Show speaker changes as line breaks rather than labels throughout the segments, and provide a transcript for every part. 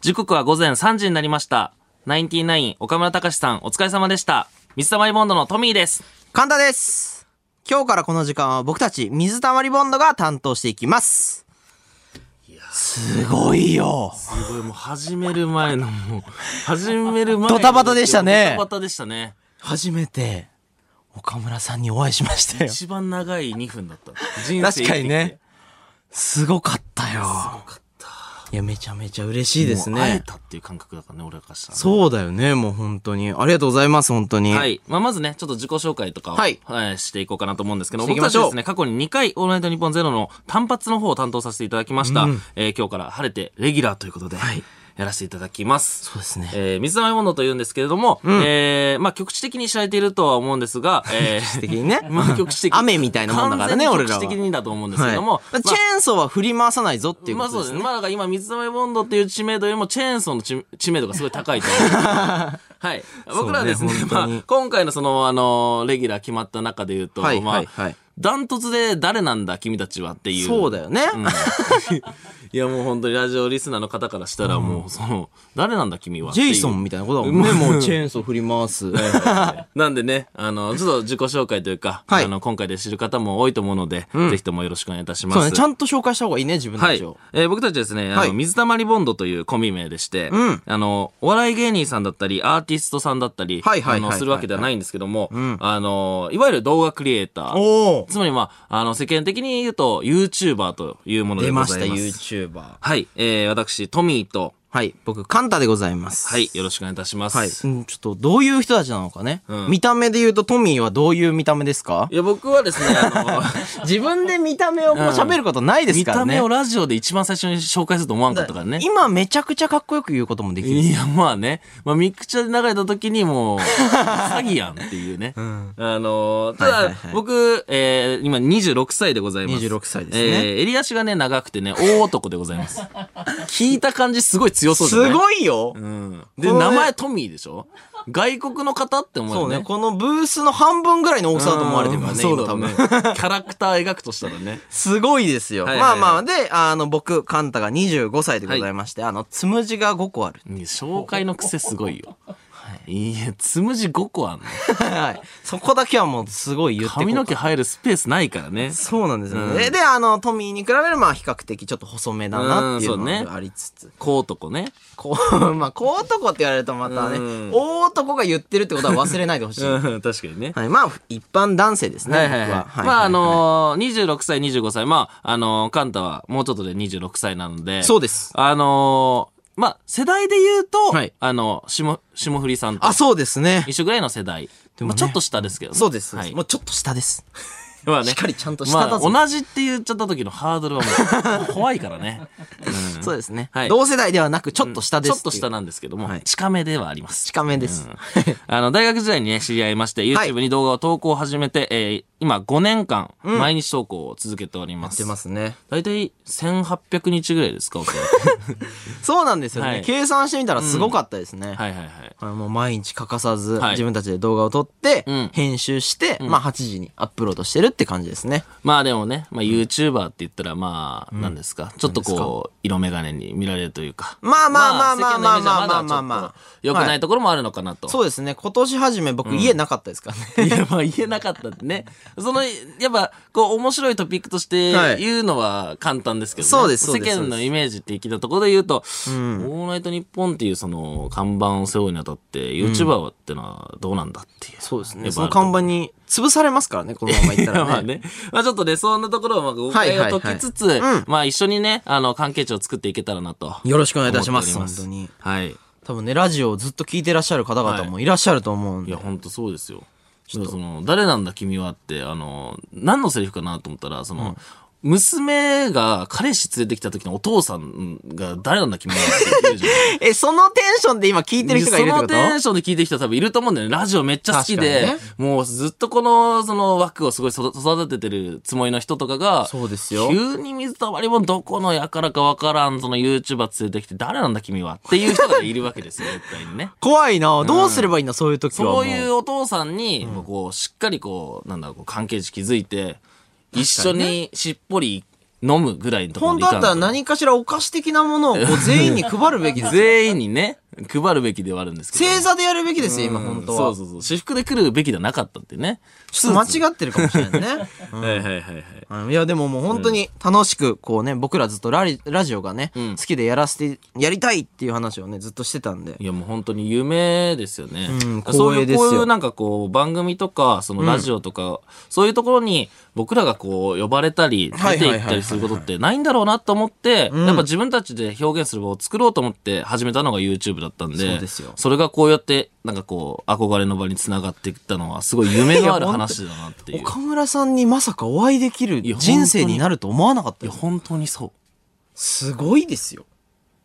時刻は午前3時になりました。ナインティナイン岡村隆史さんお疲れ様でした。水溜りボンドのトミーです。
神田です。今日からこの時間は僕たち水溜りボンドが担当していきます。すごいよ。
すごい、もう始める前のもう、始める前の
ドタバタでしたね
ドタバタでしたね。
初めて岡村さんにお会いしましたよ。
一番長い2分だった。人生生きて
確
きて
かにね。。すごかったよ。いや、めちゃめちゃ嬉しいです
もう会え
ね。
たっていう感覚だからね、俺らからしたらね
そうだよね、もう本当に。ありがとうございます、本当に。
はい。まあ、まずね、ちょっと自己紹介とかを、は
はいい、
していこうかなと思うんですけど、
してい
僕た
きま
ち
しょう
ですね、過去に2回、オールナイトニッポンゼロの単発の方を担当させていただきました。えー今日から晴れてレギュラーということで、やらせていただきます。
そうですね。
えー、水溜りボンドと言うんですけれども、えー、まあ、局地的に知られているとは思うんですが、えー、
的にね。
まあ、局地的。
雨みたいなもんだからね、
完全
俺
に
らは。
局地的にだと思うんですけ
は
れ
い
ども、まあ
チェーンソーは振り回さないぞっていう
まあ
こ
そ
と
うです
で
す
ね。
ね。まあだから今、水溜りボンドっていう知名度よりも、チェーンソーの知知名度がすごい高いと 思う。はい。僕らはですね、
そうね
ま
本
あ
当に、
今回のその、あの、レギュラー決まった中で言うと、
はい
ま
は
あ
い、はい。
ダントツで誰なんだ、君たちはっていう。
そうだよね。
うん。いやもう本当にラジオリスナーの方からしたら、もうその、誰なんだ、君は。
ジェイソンみたいなことだもんね。
うん
もうチェーンソー振り回 す。
なんでね、あの、ちょっと自己紹介というか、
はい
あの、今回で知る方も多いと思うので、ぜひともよろしくお願いいたします。
そうね、ちゃんと紹介した方がいいね、自分
は
た
い
ちを。。
えー僕たちですね、あの、
はい
水溜りボンドというコンビ名でして、
うん
あの、お笑い芸人さんだったり、アーティストさんだったり、
はいはいはい
あ
はい
の、するわけではないんですけども、
ん
あの、いわゆる動画クリエイター。
お
つまり、まあ、あの、世間的に言うと、YouTuber というもので
出
ご
まし
ざ
た、
います。
YouTuber。
はい。えー私、トミーと、
はい、僕、カンタでございます。
はい、よろしくお願いいたします。
はい。うんちょっと、どういう人たちなのかね。
うん
見た目で言うと、トミーはどういう見た目ですか
いや、僕はですね、あの、
自分で見た目をこう喋ることないです
見
から
た
ね。
目をラジオで一番最初に紹介すると思わんかったからね。
今、めちゃくちゃかっこよく言うこともできる。
いや、まあね。まあ、ミクチャで流れた時にもう、詐欺やんっていう ね。あのーただ、
はいはいはい
僕、えー、今26歳でございます。
26歳ですね
えー、襟足がね、長くてね、大男でござい ます。聞いた感じすごい強そうじゃない
す
い
ごいよ、
うん。で、
このね
名前トミーでしょ外国の方って思う
そ
よ
う
ね。
ね、このブースの半分ぐらいの大きさだと思われてるからね、
うんそう
今
だ
多
ろうね。
分
キ。ャラクター描くとしたら ね。
すごいですよ。
はいはいはい
まあまあ、で、あの、僕、カンタが25歳でございまして、あの、つむじが5個ある。
うん紹介の癖すごいよ。いや、つむじ5個あんの。
はい。そこだけはもう、すごい言ってこう
髪の毛入るスペースないからね。
そうなんですよね。
うん
でで、あの、トミーに比べる、まあ、比較的ちょっと細めだなっていう
うんそう
の
ね
がありつつ。
小男ね。
こう、 まあ、小男って言われるとまたね、
うん
大男が言ってるってことは忘れないでほ しい。は
うん、確かにね。
い。まあ、一般男性ですね、
はいはいはい。
僕は。はい
まあ、あ、のー、26歳、25歳。まあ、あのー、カンタはもうちょっとで26歳なので。
そうです。
あのー、まあ、世代で言うと、
はい
あの、霜、霜降りさんと
あ、そうですね。
一緒ぐらいの世代。
でもね
まあ、ちょっと下ですけどね、
そうです。
はい。
もうちょっと下です。
まあね
しっかりちゃんと下
ま
だ
あ、
ぞ。
同じって言っちゃった時のハードルはもうもう怖いからね。うん
そうですね、
はい
同世代ではなく、ちょっと下で
ち
す
ょっと下
な。
なんですけども、
はい
近めではあります。
近めです。
あの、大学時代にね、知り合いまして、YouTube に動画を投稿を始めて、えー今5年間、毎日投稿を続けておりま
し
す。
てますね。
大体1800日ぐらいですか、おそらく
そうなんですよね、
はい
計算してみたらすごかったです
は
ね。
いはいはい。
これもう毎日欠かさず、
はい
自分たちで動画を撮って、
うん
編集して、まあ8時にアップロードしてるって感じですね。
まあでもね、まあ YouTuber って言ったら、まあ、何ですか、ちょっとこう、色眼鏡に見られるというか。
まあまあまあまあまあまあまあまあまあ
良くないところもあるのかなと。
そうですね。今年初め僕家なかったですからね。
いや、まあ言えなかったってね。その、やっぱ、こう、面白いトピックとして
はい
言うのは簡単ですけどね。
そうですそう
世
です
間のイメージって聞いたところで言うと、オールナイトニッポンっていうその看板を背負うにあたって、YouTuber ってのはどうなんだっていう。
そうです
や
ね。
っ
そ
ぱあ
の
ると思
看板に潰されますからね、このまま行ったらね。
まあね。まあちょっとね、そんなところをまあ誤解を解きつつ、
いはいうん
まあ一緒にね、あの、関係値を作っていけたらなと。
よろしくお願いいたします。
思っ
本
てお
当
り
に。
はい。
多分ね、ラジオをずっと聞いてらっしゃる方々もいらっしゃると思うん
い
で。
や、ほんとそうですよ。だからその、誰なんだ君はって、あの、何のセリフかなと思ったら、その、娘が彼氏連れてきた時のお父さんが誰なんだ君はって言うじゃ ん。
え、そのテンションで今聞いてる人がいるってこ
そ
と
のテンションで聞いてる人多分いると思うんだよね。ラジオめっちゃ好きで、
確かにね
もうずっとこの、その枠をすごい育育ててるつもりの人とかが、
そうですよ
急に水溜りもどこのやからかわからん、その YouTuber 連れてきて、誰なんだ君はっていう人がいるわけですよ、絶対にね。
怖いなどうすればいいんだ、そういう時はも。
そういうお父さんに、こう、しっかりこう、なんだろう、こう関係値築いて、一緒にしっぽり飲むぐらいのところ
本
に
当
行か
だっ
ん
たら
と
何かしらお菓子的なものをこう全員に配るべきです。
全員にね、配るべきではあるんですけど。
正座でやるべきですよ、今本当
そ
は
う。そうそう。私服で来るべきではなかったってね。
ちょっと間違ってるかもしれないね。うん
はいはいはいはい。
うんいやでももう本当に楽しくこうね僕らずっとラリラジオがね、
ん
好きでやらせてやりたいっていう話をねずっとしてたんで
いやもう本当に夢ですよね。
うん
そうい
光栄
う、
です
こ
よ
ういうなんかこう番組とか、そのラジオとか、そういうところに僕らがこう呼ばれたり、
はい
出
は
て
いはい
いったりすることってないんだろうなと思って、やっぱ自分たちで表現する場を作ろうと思って始めたのが YouTube だったんで、
そうですよ
それがこうやって、なんかこう憧れの場につながっていったのはすごい夢のある話だなっていう。
岡村さんにまさかお会いできる
いや
人生になると思わなかった
いや
よ
本当にそう。
すごいですよ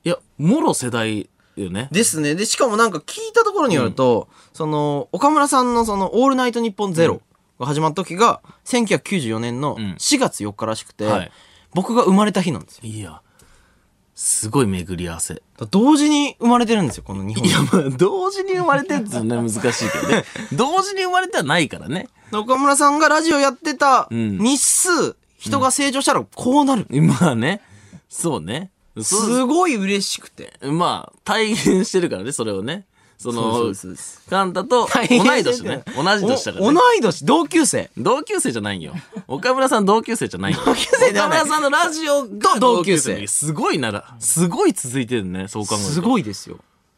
いや、もろ世代よね。
ですねでしかもなんか聞いたところによると、その岡村さんのその「オールナイトニッポンゼロが始まった時が1994年の
ん
4月4日らしくて、
はい
僕が生まれた日なんですよ
いや、すごい巡り合わせ。
だから同時に生まれてるんですよこの日本
いや、まあ、同時に生まれてるって ね、難しいけどね。 同時に生まれてはないからね。
で岡村さんがラジオやってた
ん
日数、人が成長したらこうなる。
まあね。そうね。そう
すごい嬉しくて。
まあ、体現してるからね、それをね。そ
そう
の
ですそうです、
カンタと同い年ね。同じ年だから
お
ね。
同い年、同級生。
同級生じゃないよ。岡村さん同級生じゃないよ。
同級生では
岡
ない
村さんのラジオ
と
が
同級生
すごいなら、すごい続いてるね、そう考えると。
すごいですよ。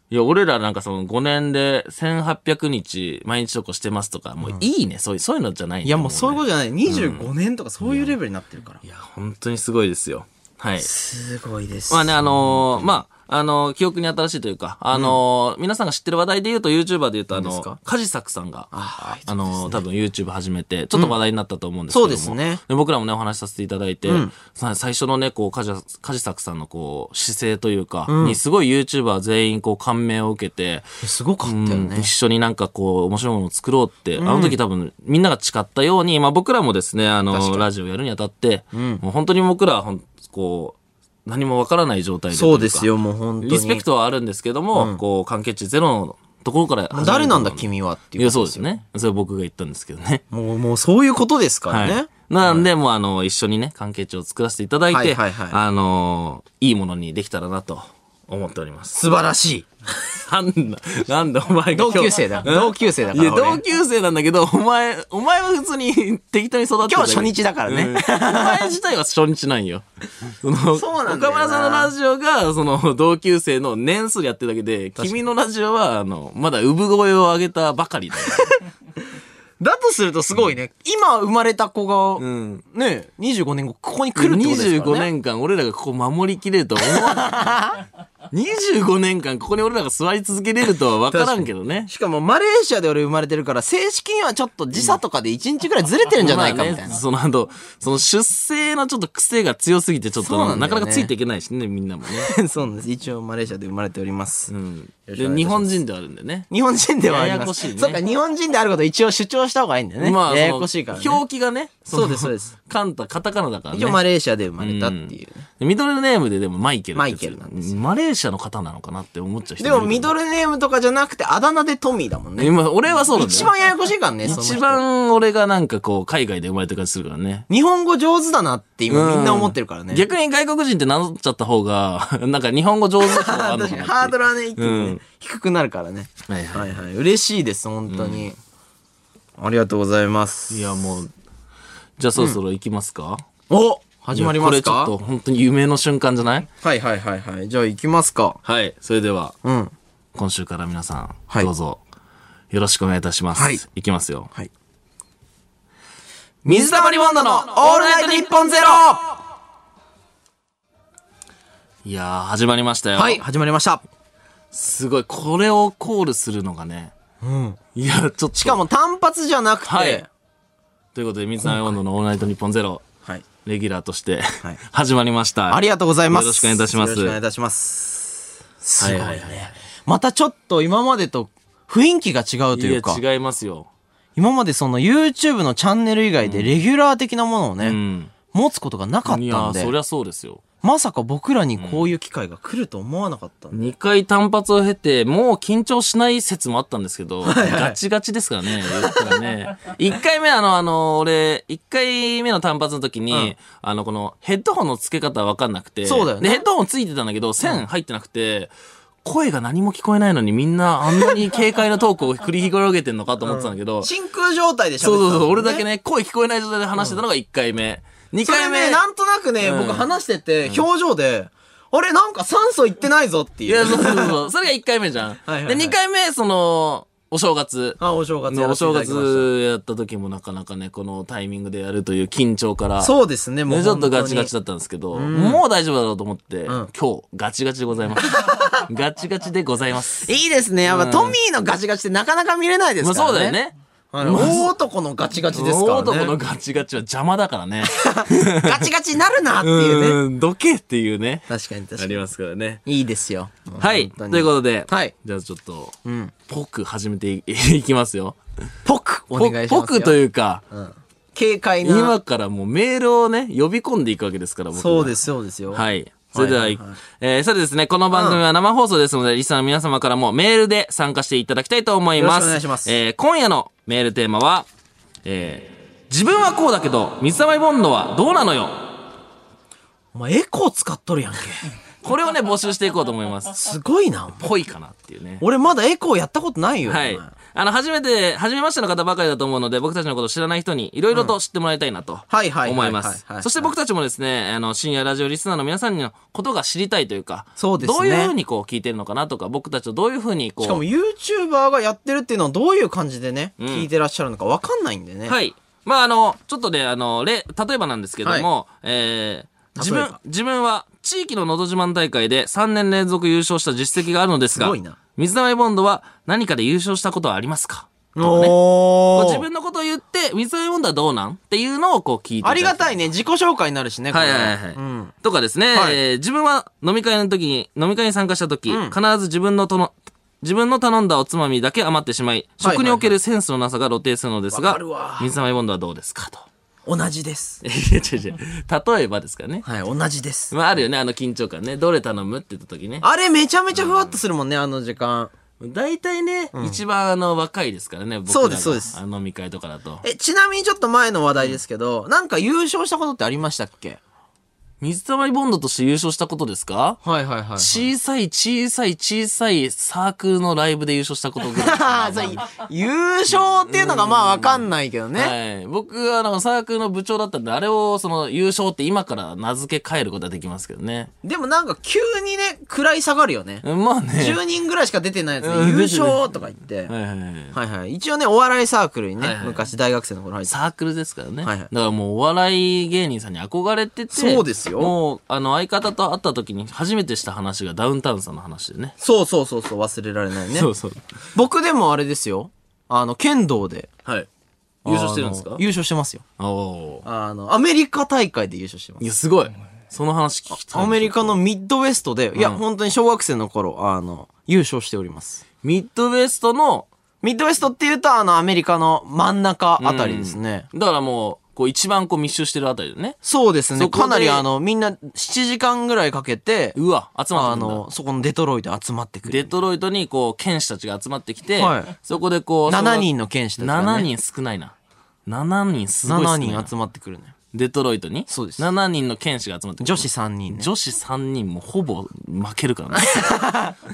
いや、俺らなんかその5年で1800日毎日投稿してますとか、もういいね、そういう、そういうのじゃない、
いやもうそういう
こ
ことじゃない。25年とかそういうレベルになってるから。
と。いや、本当にすごいですよ。はい。
すごいです。
まあね、あのーまあ、あのー記憶に新しいというか、あのー皆さんが知ってる話題で言うと、YouTuber で言うと、あ
何です
の
か、
カジサクさんが、
あ
あのー多分 YouTube 始めて、ちょっと話題になったと思うんですけども、
うんそうですね
で僕らもね、お話しさせていただいて、
うん
さ最初のね、こう、カジサカジサクさんのこう、姿勢というか、にすごい YouTuber 全員こう、感銘を受けて、
すごかったよ
うん
ね
一。緒になんかこう、面白いものを作ろうって、あの時多分みんなが誓ったように、まあ僕らもですね、あ
確か
の、
に
ラジオやるにあたって、もう本当に僕らはほん、こう、何もわからない状態で。
そうです。よ、もう本当に。
リスペクトはあるんですけども、こう、関係値ゼロのところから始める
誰なんだ君はって
い
いう。
や、そうです。ね。それは僕が言ったんですけどね。
もう、もうそういうことですから
は
ね
い。。なんで、もうあの、一緒にね、関係値を作らせていただい
はい
て、
はいはい
あの、いいものにできたらなと思っております。
素晴らし
なんだ、なんだお前
い。
が今
同
日
級生だ。同級生だ
い
から
や、
俺。
同級生なんだけど、 お前、お前は普通に 適当に育って
今日初日だからね。
お前自体は初日なん よ。その、
そうなんだよな
岡村さんのラジオが、その、同級生の年数でやってるだけで、君のラジオは、あの、まだ産声を上げたばかりだ よ。
だとするとすごいね。今生まれた子が、
ん
ね、25年後、ここに来るってことですか
25
らね。
年間、俺らがここ守りきれるとは思わない。25年間、ここに俺らが座り続けれるとは分からんけど ね。
しかも、マレーシアで俺生まれてるから、正式にはちょっと時差とかで1日くらいずれてるんじゃないかみたい
まあね
な。
その後、その出生のちょっと癖が強すぎて、ちょっと
そうなんだよ
な,、
ね
かなかついていけないしね、みんなもね。
そうなんです。一応、マレーシアで生まれております。
うん。
よろしくお願いいたし
で、
ます
日本人ではあるんでね。
日本人ではあります。
ややこしいね
そっか、日本人であることを一応主張した方がいいんだよね。
まあ、
やや
その
こしいからね。
表記がね、
そうです、
そ
そう
の
です。
カンタ、カタカナだからね
一応、。マレーシアで生まれたっていう。
でミドルネームででもマイケルって
マイケルなんです
マレーシアの方なのかなって思っちゃう人
でも、ミ
ル
ドルネームとかじゃなくて、あだ名でトミーだもんね。
今、俺はそうなんだよ
一番ややこしいからね、その人
一。番俺がなんかこう、海外で生まれた感じするからね。
日本語上手だなって今みんな思ってるからね。
逆に外国人って名乗っちゃった方 が、なんか日本語上手な人があるのか
確かに
なっていう
ハードルはね、一気にね
うん
低くなるからね。
はいはい
はいはい。嬉しいです、本当に。ありがとうございます。
いやもう、じゃあそろそろ行きますか、
お始まります
いや
か
これちょっと本当に夢の瞬間じゃない
はいはいはいはい。じゃあ行きますか。
はい。それでは、
うん。
今週から皆さん、
はい
どうぞ、よろしくお願いいたします。
はい
行きますよ。
はい。水溜りボンドのオールナイトニッポンゼロはい
やー、始まりましたよ。
い、始まりました。
すごい、これをコールするのがね、
うん。
いや、ちょっと。
しかも単発じゃなくて、
はいということで、水溜りボンドのオールナイトニッポンゼロ、
はい。
レギュラーとして、
はい
始まりました。
ありがとうございます。
よろしくお願いいたします
よろしくお願いいたします。すごいね。
はいはいはい
またちょっと今までと雰囲気が違うというか。
いや、違いますよ。
今までその YouTube のチャンネル以外でレギュラー的なものをね、
うん。
持つことがなかった
い
ん
や、
で、
そりゃそうですよ。
まさか僕らにこういう機会が来ると思わなかったんで、
2回単発を経て、もう緊張しない説もあったんですけど、ガチガチですからね、言ったらね。1回 目、あの、あの、俺、1回目の単発の時に、
うん
あの、このヘッドホンの付け方わかんなくて、
そうだよね
で、ヘッドホンついてたんだけど、線入ってなくて、声が何も聞こえないのにみんなあんなに軽快なトークを繰り広げてんのかと思ってたんだけど、
真空状態でしょ
そうそうそう、俺だけね、声聞こえない状態で話してたのが1回目。2
それ
回目、
ね、なんとなくね、
うん
僕話してて、表情で、あれ、なんか酸素いってないぞって
い
い
や、
う。
そうそうそう。それが1回目じゃん。
はいはい
で、2回目、その、お正月。
あ、お正月や
お
らせて
正
いただきました。
月やった時もなかなかね、このタイミングでやるという緊張から。
そうですね、もう
ねちょっとガチガチ
だ。
だったんですけど、もう大丈夫だろうと思って、今日、ガチガチでござい ます。ガチガチでございます。
いいですね。やっぱ、
うん
トミーのガチガチってなかなか見れないです
まあ
からね。
そうだよ。ね。
はい、大男のガチガチですからね。
大男のガチガチは邪魔だからね。
ガチガチになるなっていうね。
うん、どけっていうね。
確かに確
あ
かに。
りますからね。
いいですよ。もう
はい。と
本
い
当
う
に
ことで、
はい。
じゃあちょっと、
うん。
ぽく始めてい いきますよ。
ぽくお願いしますよ。
ぽくというか、
うん。軽快な。
今からもうメールをね、呼び込んでいくわけですから、僕
そう
す
です、そうですよ。
はい。それでは、
はいいはいはい
えー、さてですね、この番組は生放送ですので、リスナーの皆様からもメールで参加していただきたいと思います。
よろしくお願いします
えー、今夜のメールテーマは、えー、自分はこうだけど、水溜りボンドはどうなのよ
お前、エコー使っとるやんけ。
これをね、募集していこうと思います。
すごいな。
ぽいかなっていうね。
俺まだエコーやったことないよ。
はい
お前。
あの、初めて、初めましての方ばかりだと思うので、僕たちのことを知らない人に、いろいろと知ってもらいたいなと。
はいはいはいはい
思いま
はい
す
はいはい。
そして僕たちもですね、あの、深夜ラジオリスナーの皆さんのことが知りたいというか、
そうですね
どういうふうにこう聞いてるのかなとか、僕たちをどういうふうにこう、
しかも YouTuber がやってるっていうのはどういう感じでね、
ん
聞いてらっしゃるのかわかんないんでね。
はい。まあ、あの、ちょっとね、あの、例、例えばなんですけども、えー自
例え
分
ば、
自分は地域ののど自慢大会で3年連続優勝した実績があるのです
す
が
ごいな、
水溜りボンドは何かで優勝したことはありますかとかねこ
おー
う自分のことを言って、水溜りボンドはどうなんっていうのをこう聞いて。
ありが
い。
たいね。自己紹介になるしね。
はいはいはい。
これうん。
とかですね、
はい
えー自分は飲み会の時に、飲み会に参加した時、
うん
必ず自分のとの、自分の頼んだおつまみだけ余ってしまい、
はいはい
食におけるセンスのなさが露呈するのです
わ
が、
かるわ
水溜りボンドはどうですかと。
同じです。
いや違う違う。例えばですからね。
はい、同じです。
まああるよね、あの緊張感ね。どれ頼むって言った時ね。
あれめちゃめちゃふわっとするもんね、あの時間。
大体ね、一番あの若いですからね、僕らが
そうですそうです
あの飲み会とかだと。
え、ちなみにちょっと前の話題ですけど、なんか優勝したことってありましたっけ
水溜りボンドとして優勝したことですか
はいはいはい。
小さい小さい小さいサークルのライブで優勝したことぐらいかな。
ああ、 そう、優勝っていうのがまあわかんないけどね。
はい。僕、あの、サークルの部長だったんで、あれを、その、優勝って今から名付け替えることはできますけどね。
でもなんか急にね、位下がるよね。
うんまあ ね。
10人ぐらいしか出てないやつ
う
で
ん
優勝とか言っ
は
て。
いはいはい。
はいはい。一応ね、お笑いサークルにね、
はいはい
昔大学生の頃入ってた。
サークルですからね。
はいは
だ
い
からもうお笑い芸人さんに憧れてて。
そうですよ
もう、あの、相方と会った時に初めてした話がダウンタウンさんの話でね。
そうそうそうそう、忘れられないね。
そうそう。
僕でもあれですよ。あの、剣道で。
はい。優勝してるんです
あ
か
の優勝してますよ。
おおー。
あの、アメリカ大会で優勝してます
い。や、すごい。その話聞きたい。
アメリカのミッドウェストで、いや、本当に小学生の頃、あの、優勝しております。
ミッドウェストの、
ミッドウェストっていうと、あの、アメリカの真ん中あたりですね。
だからもう、こう一番こう密集してるあたりでね。
そうですね。
そこで
かなりあの、みんな7時間ぐらいかけて、
うわ、集まっ
あ
てくるんだ。
の、そこのデトロイト集まってく
デ
る。
トロイトにこう、剣士たちが集まってきて、
はい
そこでこう、
7人の剣士たちが、ね。
7人少ないな。7人すごい少な
7
いな。
人集まってくるね。
デトロイトに
そうです
7人の剣士が集まってくる
女子3人ね。
女子3人もほぼ負けるからね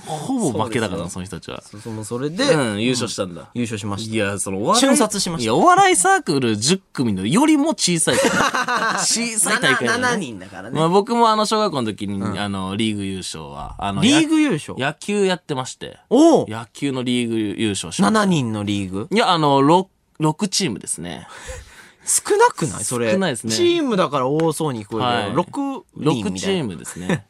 ほぼ負けだからなその人たちは
そうそうもうそれで、
うん優勝したんだ、
優勝しました。
いやそのお笑い
瞬殺しました
いやお笑いサークル10組のよりも小さいから小さい大会だ、ね、
7人だからね。
まあ、僕もあの小学校の時に、あのリーグ優勝はあの
リーグ優勝
や野球やってまして
おお
野球のリーグ優勝しました
!7 人のリーグ
いやあの 6, 6チームです ね
少なくないそれ。
少ないですね
チームだから多そうに聞こえるけど。
6
6人み
チ
たい
ー
な。
ムです ね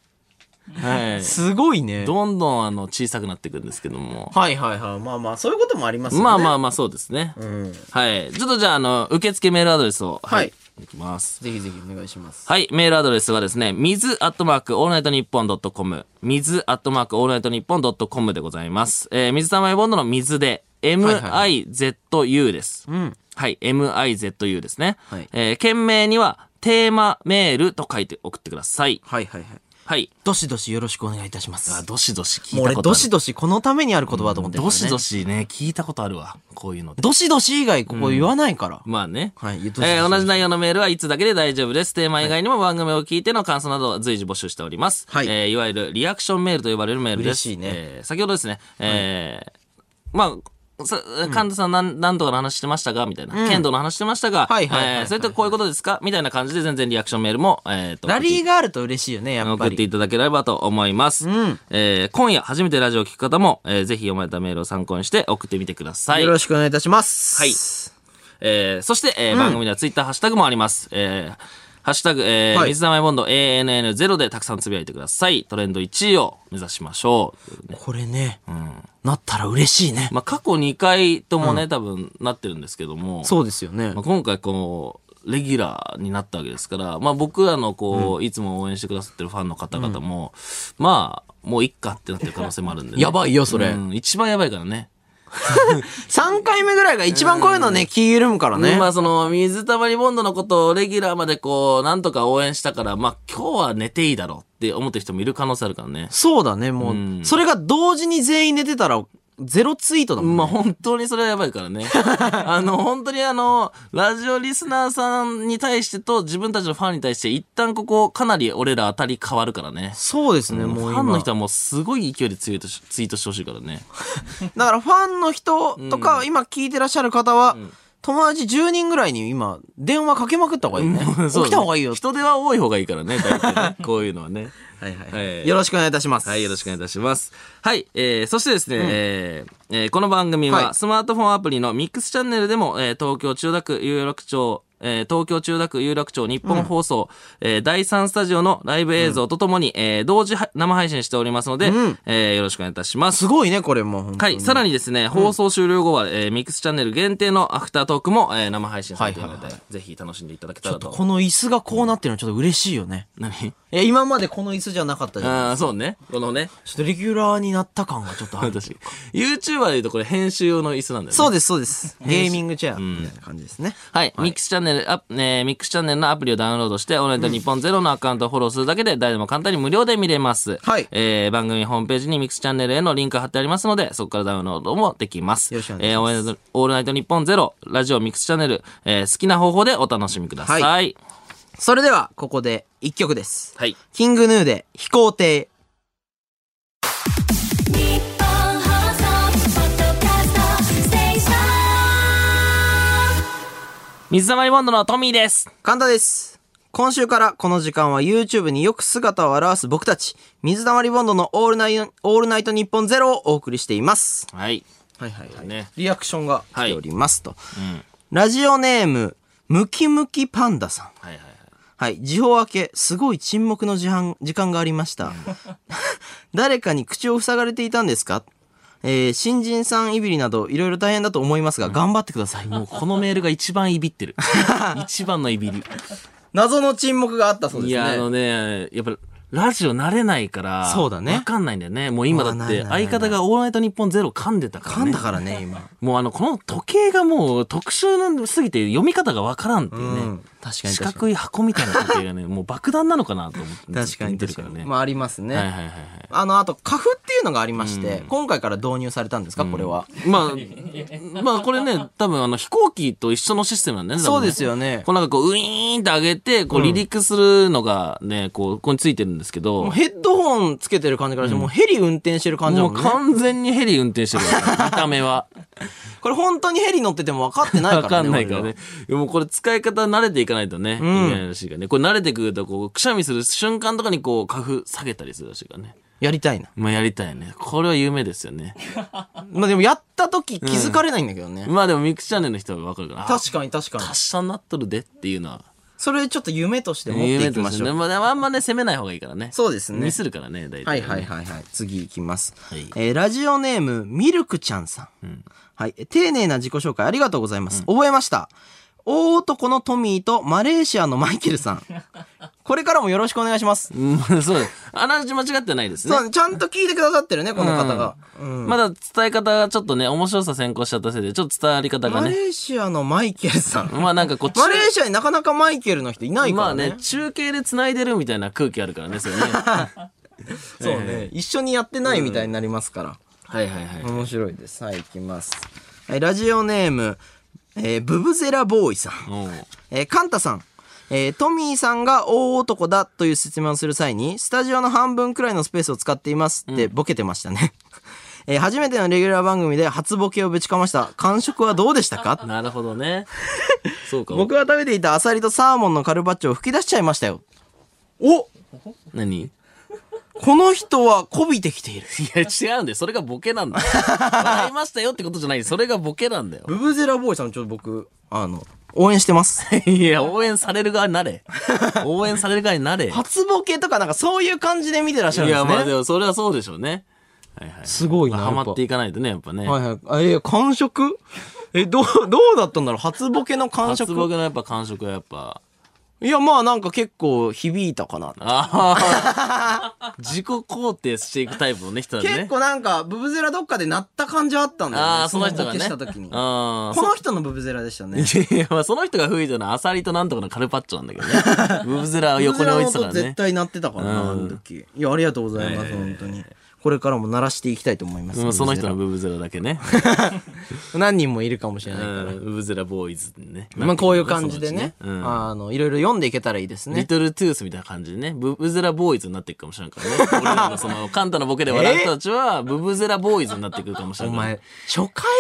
はい
すごいね。
どんどんあの小さくなっていくんですけども
はいはいはい。まあまあ、そういうこともありますよね。
まあま
あ。
あまあそうですね、
うん。ぜ
はいちょっとじゃああの受付メールアドレスを
はい
いきます
ひぜひお願いします。
はい、メールアドレスはですね、水アットマークオールナイトニッポンドットコム、水アットマークオールナイトニッポンドットコムでございます。えー、水溜りボンドの水で、
はいは
mizu です。
ん
はい、mizu ですね。
はい
えー、件名には、テーマメールと書いて送ってください。
はいはいはい。
はい。
どしどしよろしくお願いいたします。
あ、どしどし聞
も
いた
う俺、
こと
ど
ある。
しどしこのためにある言葉だと思ってるから、ね。
どしど。しね、聞いたことあるわ。こういうの。
どしどし以外ここ言わないから。
まあね。
はいどしどし
えー同じ内容のメールはいつだけで大丈夫です。テーマ以外にも番組を聞いての感想などは随時募集しております。
はい
えーいわゆるリアクションメールと呼ばれるメールです。
嬉しいね
えー先ほどですね、えーまあ、さ神田さん何何度かの話してましたがみたいな、剣道の話してましたが、
はいはいはいはい
えーそれとこういうことですかみたいな感じで全然リアクションメールも、えーと
ラリーがあると嬉しいよね、やっぱ
送って
り。
いただければと思います。えー今夜初めてラジオを聞く方も、えーぜひ読まれたメールを参考にして送ってみてください
よ。ろしくお願いいたします。
はいえーそして、えー番組ではツイッターハッシュタグもあります。えーハッシュタグ、えー
はい
水溜りボンド ANN0 でたくさんつぶやいてください。トレンド1位を目指しましょう。
これね、なったら嬉しいね。
まあ、過去2回ともね、多分なってるんですけども、
そうですよね
まあ、。今回こう、レギュラーになったわけですから、まあ僕らのこう、いつも応援してくださってるファンの方々も、まあ、もういっかってなってる可能性もあるんで、ね。
やばいよ、それ。
うん、一番やばいからね。
3回目ぐらいが一番こういうのね、気緩むからね。
まあその、水溜りボンドのことをレギュラーまでこう、なんとか応援したから、まあ今日は寝ていいだろうって思ってる人もいる可能性あるからね。
そうだね、もう、
うん
それが同時に全員寝てたら、ゼロツイートだもん、ね。
まあ本当にそれはやばいから ね。あの、本当にあの、ラジオリスナーさんに対してと自分たちのファンに対して一旦ここかなり俺ら当たり変わるからね。
そうですね、
フ
もう
ァ
今。
ンの人はもうすごい勢いでツイートしツイートしてほしいからね。
だからファンの人とか、今聞いてらっしゃる方は、友達10人ぐらいに今、電話かけまくった方がいいね。
そう
起きた方がいいよ。
人手は多い方がいいからね、大体 ねこういうのはね。
はいはい
はい
よろしくお願いいたします。
はい、よろしくお願いいたします。はい、えー、そしてですね、えーえーこの番組は、
はい
スマートフォンアプリのミックスチャンネルでも、えー東京千代田区有楽町、えー東京千代田区有楽町日本放送、えー第3スタジオのライブ映像とともに、えー同時は生配信しておりますので、えーよろしくお願いいたします。
すごいね、これもう本当
は
に。
い。さらにですね、放送終了後は、えーミックスチャンネル限定のアフタートークも、えー生配信されているので、
はい
ぜひ楽しんでいただけた
ちょ
ら
っと
と。
この椅子がこうなってるのちょっと嬉しいよね。
何
いや、今までこの椅子じゃなかったじゃん。
ああ、そうね。このね、
ちょっとレギュラーになった感がちょっとある。
私、YouTuber で言うとこれ編集用の椅子なんだよね。
そうです、そう です。ゲーミングチェアみたいな感じですね。
はい。ミックスチャンネル、あえーミックスチャンネルのアプリをダウンロードして、オールナイトニッポンゼロのアカウントをフォローするだけで、誰でも簡単に無料で見れます。
はい
えー番組ホームページにミックスチャンネルへのリンクが貼ってありますので、そこからダウンロードもできます。
よろしくお願いします
えーオールナイトオールナイトニッポンゼロ、ラジオミックスチャンネル、えー好きな方法でお楽しみください。
は
はい。
それでは、ここで一曲です。
はい。
キングヌーで飛行艇。
日本放送ポッドキャストステーション
水溜りボンドのトミーです。
神田です。今週からこの時間は YouTube によく姿を現す僕たち、水溜りボンドのオールナイト、オールナイトニッポンゼロをお送りしています。
はい。
はいはいはい
ね
リアクションが来ておりますと。
うん。
ラジオネーム、ムキムキパンダさん。
はいはいはい。
はい。時報明け、すごい沈黙の時間時間がありました。 誰かに口を塞がれていたんですかえー新人さんいびりなど、いろいろ大変だと思いますが、頑張ってください。
もうこのメールが一番いびってる。一番のいびり。
謎の沈黙があったそうで
い
すね。
や、あのね、やっぱり、ラジオ慣れないから、
そうだね
わかんないんだよね。もう今だ
まあ
っ
ないない
て、
ない
相方がオールナイトニッポンゼロ噛んでたから、
噛
ね。
んだからね、 今。
もうあの、この時計がもう特殊なんすぎて読み方がわからんっていうね。
うん確かに確かに
四角い箱みたいな時計 がね、もう爆弾なのかなと思って。
確かに
見てる
確
から
かに。
ね。
まあ、ありますね。
はいはいはいはい。
あの、あと、カフっていうのがありまして、今回から導入されたんですか、これは。
まあ、まあこれね、多分あの飛行機と一緒のシステムなんだよね。多
そう
分ね
ですよね。
こうなんかこう、ウィーンって上げて、こう離陸するのがね、こう、ここについてるんですけど。
もうヘッドホンつけてる感じからして、もうヘリ運転してる感じだ
も
も
うん
ね。
完全にヘリ運転してるから、見た目は。
これ本当にヘリ乗ってても分かっ てない
わ
か
か
らね。
んないからね。もうこれ使い方慣れていかないとね、
ん
いけないらしいからね。これ慣れてくると、こう、くしゃみする瞬間とかにこう、花粉下げたりするらしいからね。
やりたいな。
まあやりたいよね。これは夢ですよ ね。
まあでもやった時気づかれないんだけどね。
まあでもミクチャンネルの人はわかるから。
確かに確かに
あ。達者になっとるでっていうのは。
それちょっと夢として持って
夢
いき
と
ま
し
してょ
ね。
う。
まあでもあんまね、攻めない方がいいからね。
そうですね
ミ。スるからね、大体、ね。
はいはいはいはい。次いきます。
い
えーラジオネーム、ミルクちゃんさん。はい。えー丁寧な自己紹介ありがとうございます。覚えました。大男のトミーとマレーシアのマイケルさん。これからもよろしくお願いします。
うんそうです。あながち間違ってないですね。
そう、ちゃんと聞いてくださってるね、この方が。うん
まだ伝え方がちょっとね、面白さ先行しちゃったせいで、ちょっと伝わり方が
マ
ね。
レーシアのマイケルさん。
まあなんかこっち。
マレーシアになかなかマイケルの人いないか
ま
ら
あ
ね。
ね、中継で繋いでるみたいな空気あるからね、そ れね。
そうね。一緒にやってないみたいになりますから。
はいはいはい。
面白いです。はい、いきます。はい、ラジオネーム、えーブブゼラボーイさん。
おう
えーカンタさん。えートミーさんが大男だという説明をする際に、スタジオの半分くらいのスペースを使っていますってボケてましたね。 えー初めてのレギュラー番組で初ボケをぶちかました。感触はどうでしたか
なるほど ね。そうか。
僕が食べていたアサリとサーモンのカルパッチョを吹き出しちゃいましたよ。お
何い
この人はこびてきている。
や、違うんだよ。それがボケなんだよ。笑いましたよってことじゃない。それがボケなんだよ。
ブブゼラボーイさん、ちょっと僕、あの、応援してます。
いや、応援される側になれ。応援される側になれ。
初ボケとかなんかそういう感じで見てらっしゃるん
い
です
や、
ね。
まあでも、それはそうでしょうね。はいはい。
すごいな。
まあ
や
ハ
っぱ
マっていかないとね、やっぱね。
はいはい。あ、いや、感触え、どう、どうだったんだろう初ボケの感
初
触
僕のやっぱ感触はやっぱ。
いや、まあなんか結構響いたかな。
あ あ。自己肯定していくタイプのね、人だね。
結構なんか、ブブゼラどっかで鳴った感じはあったんだよ、ね。
ああ、その人
ボ
が
ケ
ね。
した時に。こ
ああ。
の人のブブゼラでしたね。
いや、まあその人が吹いたのはアサリとなんとかのカルパッチョなんだけど ね。ブブゼラを横に置いてたから
ブブゼラの音絶
ね。
対鳴ってたからな、あの時。いや、ありがとうございます、本当に。これからも鳴らしていきたいと思います。
うんその人の
ブ
ブブゼラだけね。
ブゼラ何人もいるかもしれな
う
いから。
んブブゼラボーイズね。
まあこういう感じでね、
そのうちうん
あの、いろいろ読んでいけたらいいです
リ
ね。
トルトゥースみたいな感じでね、ブブゼラボーイズになっていくかもしれん からね。俺らのその、カンタのボケで笑う人たちは、ブブゼラボーイズになってくるかもしれ
お
んから
前、初回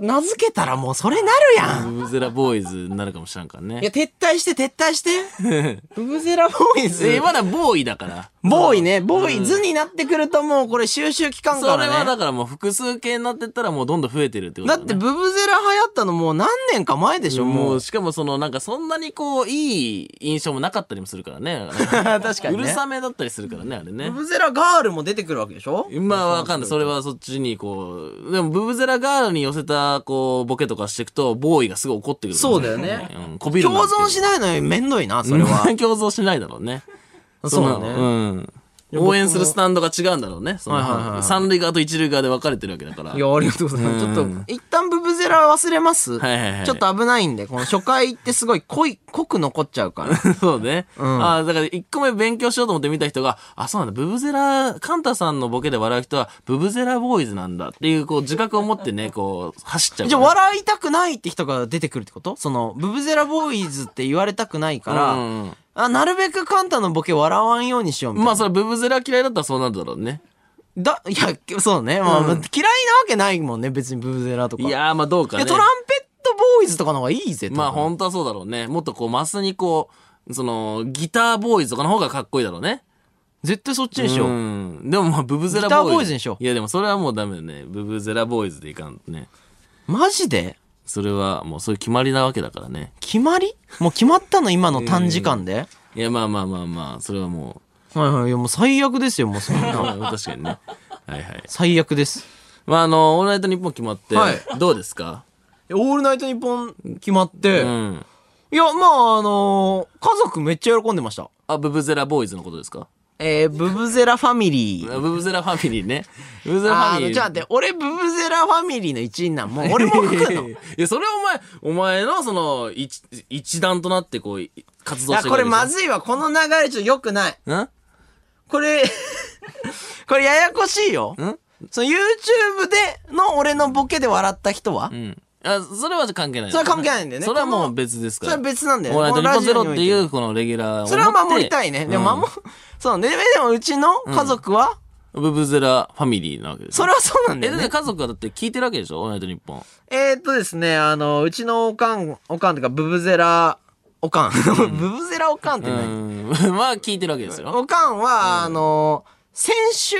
で名付けたらもうそれなるやん。
ブブゼラボーイズになるかもしれんから
いや、
ね。
撤退して、撤退 して。ブブゼラボーイズ
え、。まだボーイだから。
ボーイね、ボーイズになってくるともうこれ収集期間
そ
か
れは
らね。
だからもう複数形になってったらもうどんどん増えてるってこと
だ
だ
っ
ね。
てブブゼラ流行ったのもう何年か前でしょ、
も
もう
う、。しかもその、なんかそんなにこう、いい印象もなかったりもするから ね。
確かに
うる
ね
さめだったりするからね、あれね
ブ。ブゼラガールも出てくるわけでしょ
まあわかんない。それはそっちにこう、でもブブゼラガールに寄せた、こう、ボケとかしていくと、ボーイがすごい怒ってくるか
そ
も
う
し
だ
れ
よ
ない、
ね。
うん、こびる
共
なっていう
存しないのにめんどいな、それは。
共存しないだろうね。
そう
の
だね。
うん。応援するスタンドが違うんだろうね。その
はいはいはい
三塁側と一塁側で分かれてるわけだから。
いや、ありがとうございます。ちょっと、一旦ブブゼラ忘れます。
はいはいはい
ちょっと危ないんで、この初回ってすごい濃い、 濃く残っちゃうから。
そうね。ああ、だから一個目勉強しようと思って見た人が、あ、そうなんだ、ブブゼラ、カンタさんのボケで笑う人は、ブブゼラボーイズなんだっていう、こう、自覚を持ってね、こう、走っちゃう、
じゃあ笑いたくないって人が出てくるってことその、ブブゼラボーイズって言われたくないから、
うん
あ、なるべくカンタのボケ笑わんようにしようみたいな。
まあ、それはブブゼラ嫌いだったらそうなるだろうね。
だ、いや、そうね。まあ、嫌いなわけないもんね、別にブブゼラとか。
いやー、まあどうか
い
ね。
やトランペットボーイズとかの方がいいぜ、
まあ
多分
本当はそうだろうね。もっとこう、マスにこう、その、ギターボーイズとかの方がかっこいいだろうね。
絶対そっちにしよう。
うん。でもまあ、ブブゼラボーイズ。
ギターボーイズにしよう
いや、でもそれはもうダメだね。ブブゼラボーイズでいかんとね。
マジで
それはもうそういう決まりなわけだからね。
決まりもう決まったの今の短時間で、
いや、まあまあまあまあ、それはも
はいはい。いや、もう最悪ですよ、もうそん
う、
な。
確かにね。はいはい。
最悪です。
まああの、オールナイトニッポン決まって、
はい
どうですか
オールナイトニッポン決まって、
うん。
いや、まあ、あのー家族めっちゃ喜んでました。
あ、ブブゼラボーイズのことですか
えー、ブブゼラファミリー。
あブブゼラファミリーね。ブブゼラフ
あ
ァミ
の、
リー。
じゃあ待って、俺、ブブゼラファミリーの一員なん、もう俺も含むの。い
いや、それはお前、お前のその、一、一段となってこう、い活動し
や、
て
これま
ず
ずいわ。この流れちょっと良くない。
んん
これ、 これややこしいよ。その YouTube での俺のボケで笑った人は、
うん。あ、それは関係ない。
それは関係ないんだよね
それはも
この
う別ですか
そ
ら。
れは別なんだよ
オールナイトニッポンゼロってい、
このラジオにおいう
このレギュラーを。
それは守りたいね。でも守、そうね。でもうちの家族は、
ブブゼラファミリーなわけです
そ
ね。
れはそうなんだ
え、
よ
だっ
ね。
て家族はだって聞いてるわけでしょオールナイトニッポン。
えーっとですね、あの、うちのおかん、おかんというか、ブブゼラ、おかん。 ブブゼラおかんって
う
何、
ん。 まあ、聞いてるわけですよ。
おかんは、あの、先週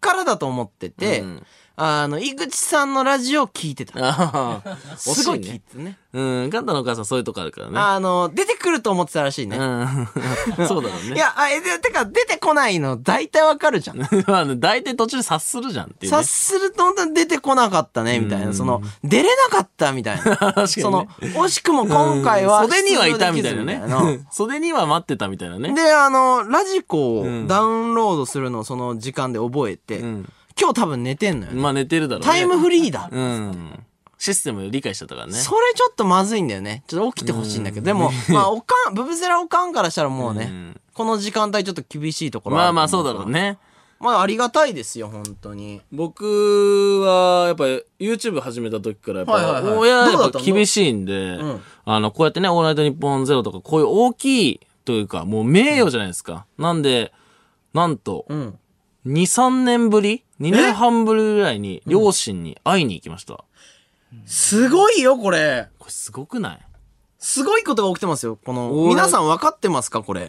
からだと思ってて、
うん
あの、井口さんのラジオを聞いてた。
ああ、惜し
すごい聞
ね。
いてたね。
うん、ガンダのお母さんそういうとこあるからね。
あの、出てくると思ってたらしいね。
うん。 そうだろう
い
ね。
や、あ、え、でてか、出てこないの、大体わかるじゃん。
まあね、大体途中で察するじゃんっていうね。
察すると本当に出てこなかったね、みたいな。その、出れなかった、みたいな。
確かにね
その、惜しくも今回は、
うん袖にはいたみたいな
出場できずみたい
ね。 袖には待ってたみたいなね。
なで、あの、ラジコをダウンロードするのをその時間で覚えて、
ん
今日多分寝てんのよ、ね
まあ寝てるだろうね。
タイムフリーだ。
うん。システムを理解しちゃったからね。
それちょっとまずいんだよね。ちょっと起きてほしいんだけど。でも、まあ、おかん、ブブゼラおかんからしたらもうね、
うん
この時間帯ちょっと厳しいところ
まあまあそう
だ。
だろうね。
まあ、ありがたいですよ、本当に。
僕は、やっぱり YouTube 始めた時から、やっぱ、
はいはいはい
親はやっ
どうだ
ぱ
ったの
厳しいんで、
ん
あの、こうやってね、オールナイトニッポンゼロとか、こういう大きいというか、もう名誉じゃないですか。なんで、なんと、
うん。
2、3年ぶり ?2 年半ぶりぐらいに、両親に会いに行きました。
すごいよ、これ。
これすごくない
すごいことが起きてますよ。この、
おー
皆さん分かってますかこ れ。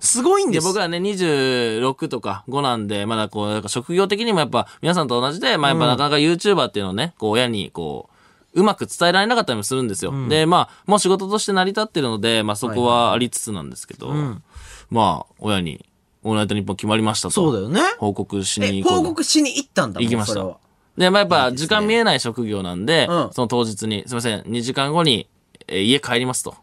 すごいん
で、
です。
僕らね、26とか5なんで、まだこう、なんか職業的にもやっぱ、皆さんと同じで、まあやっぱなかなか YouTuber っていうのをね、こう、親にこう、うまく伝えられなかったりもするんですよ。で、まあ、もう仕事として成り立ってるので、まあそこはありつつなんですけど、まあ、親に、オールナイトニッポン決まりましたと。
そうだよね。
報告し
え、
に行こう
報
と
告しに行ったんだもん
行きまし
それ
た
は。
で、まあやっ
いい
ぱ
ですね
時間見えない職業なんで、
うん
その当日に、すいません、2時間後に、えー家帰りますと。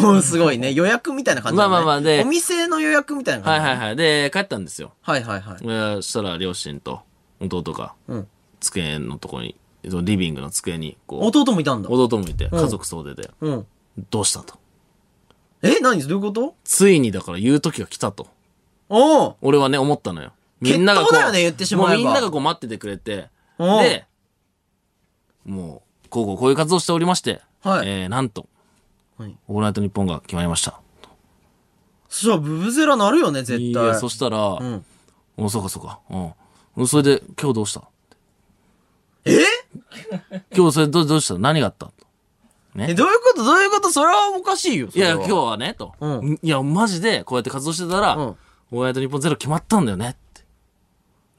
もう すごいね。予約みたいな感じだね。
まあまあまあで
お店の予約みたいな
はい
感じ。
はいはい。で、帰ったんですよ。
はいはいはい。
えーしたら両親と弟が
うん
机のとこに、そのリビングの机にこ
弟もいたんだ
う。弟もいて家族総出で、
うん。
どうしたと
え、何どういうこと
ついにだから言う時が来たと
おう
俺はね思ったのよみんながこう
決闘だよね言ってしまえば
もうみんながこう待っててくれて
うん
でもうこうこうこういう活動しておりまして、
はい
えーなんと
はい
「オールナイトニッポン」が決まりました
そしたらブブゼラなるよね、絶
いや
対。
そしたら「
ん
おそうかそうかうんそれで今日どうした
え
今日それどうどうした何があった?」
え、どういうことどういうことそれはおかしいよ。そ
い
れは
や、今日はね、と。
うん
いや、マジで、こうやって活動してたら、
うん
オールナイトニッポンゼロ決まったんだよね、って。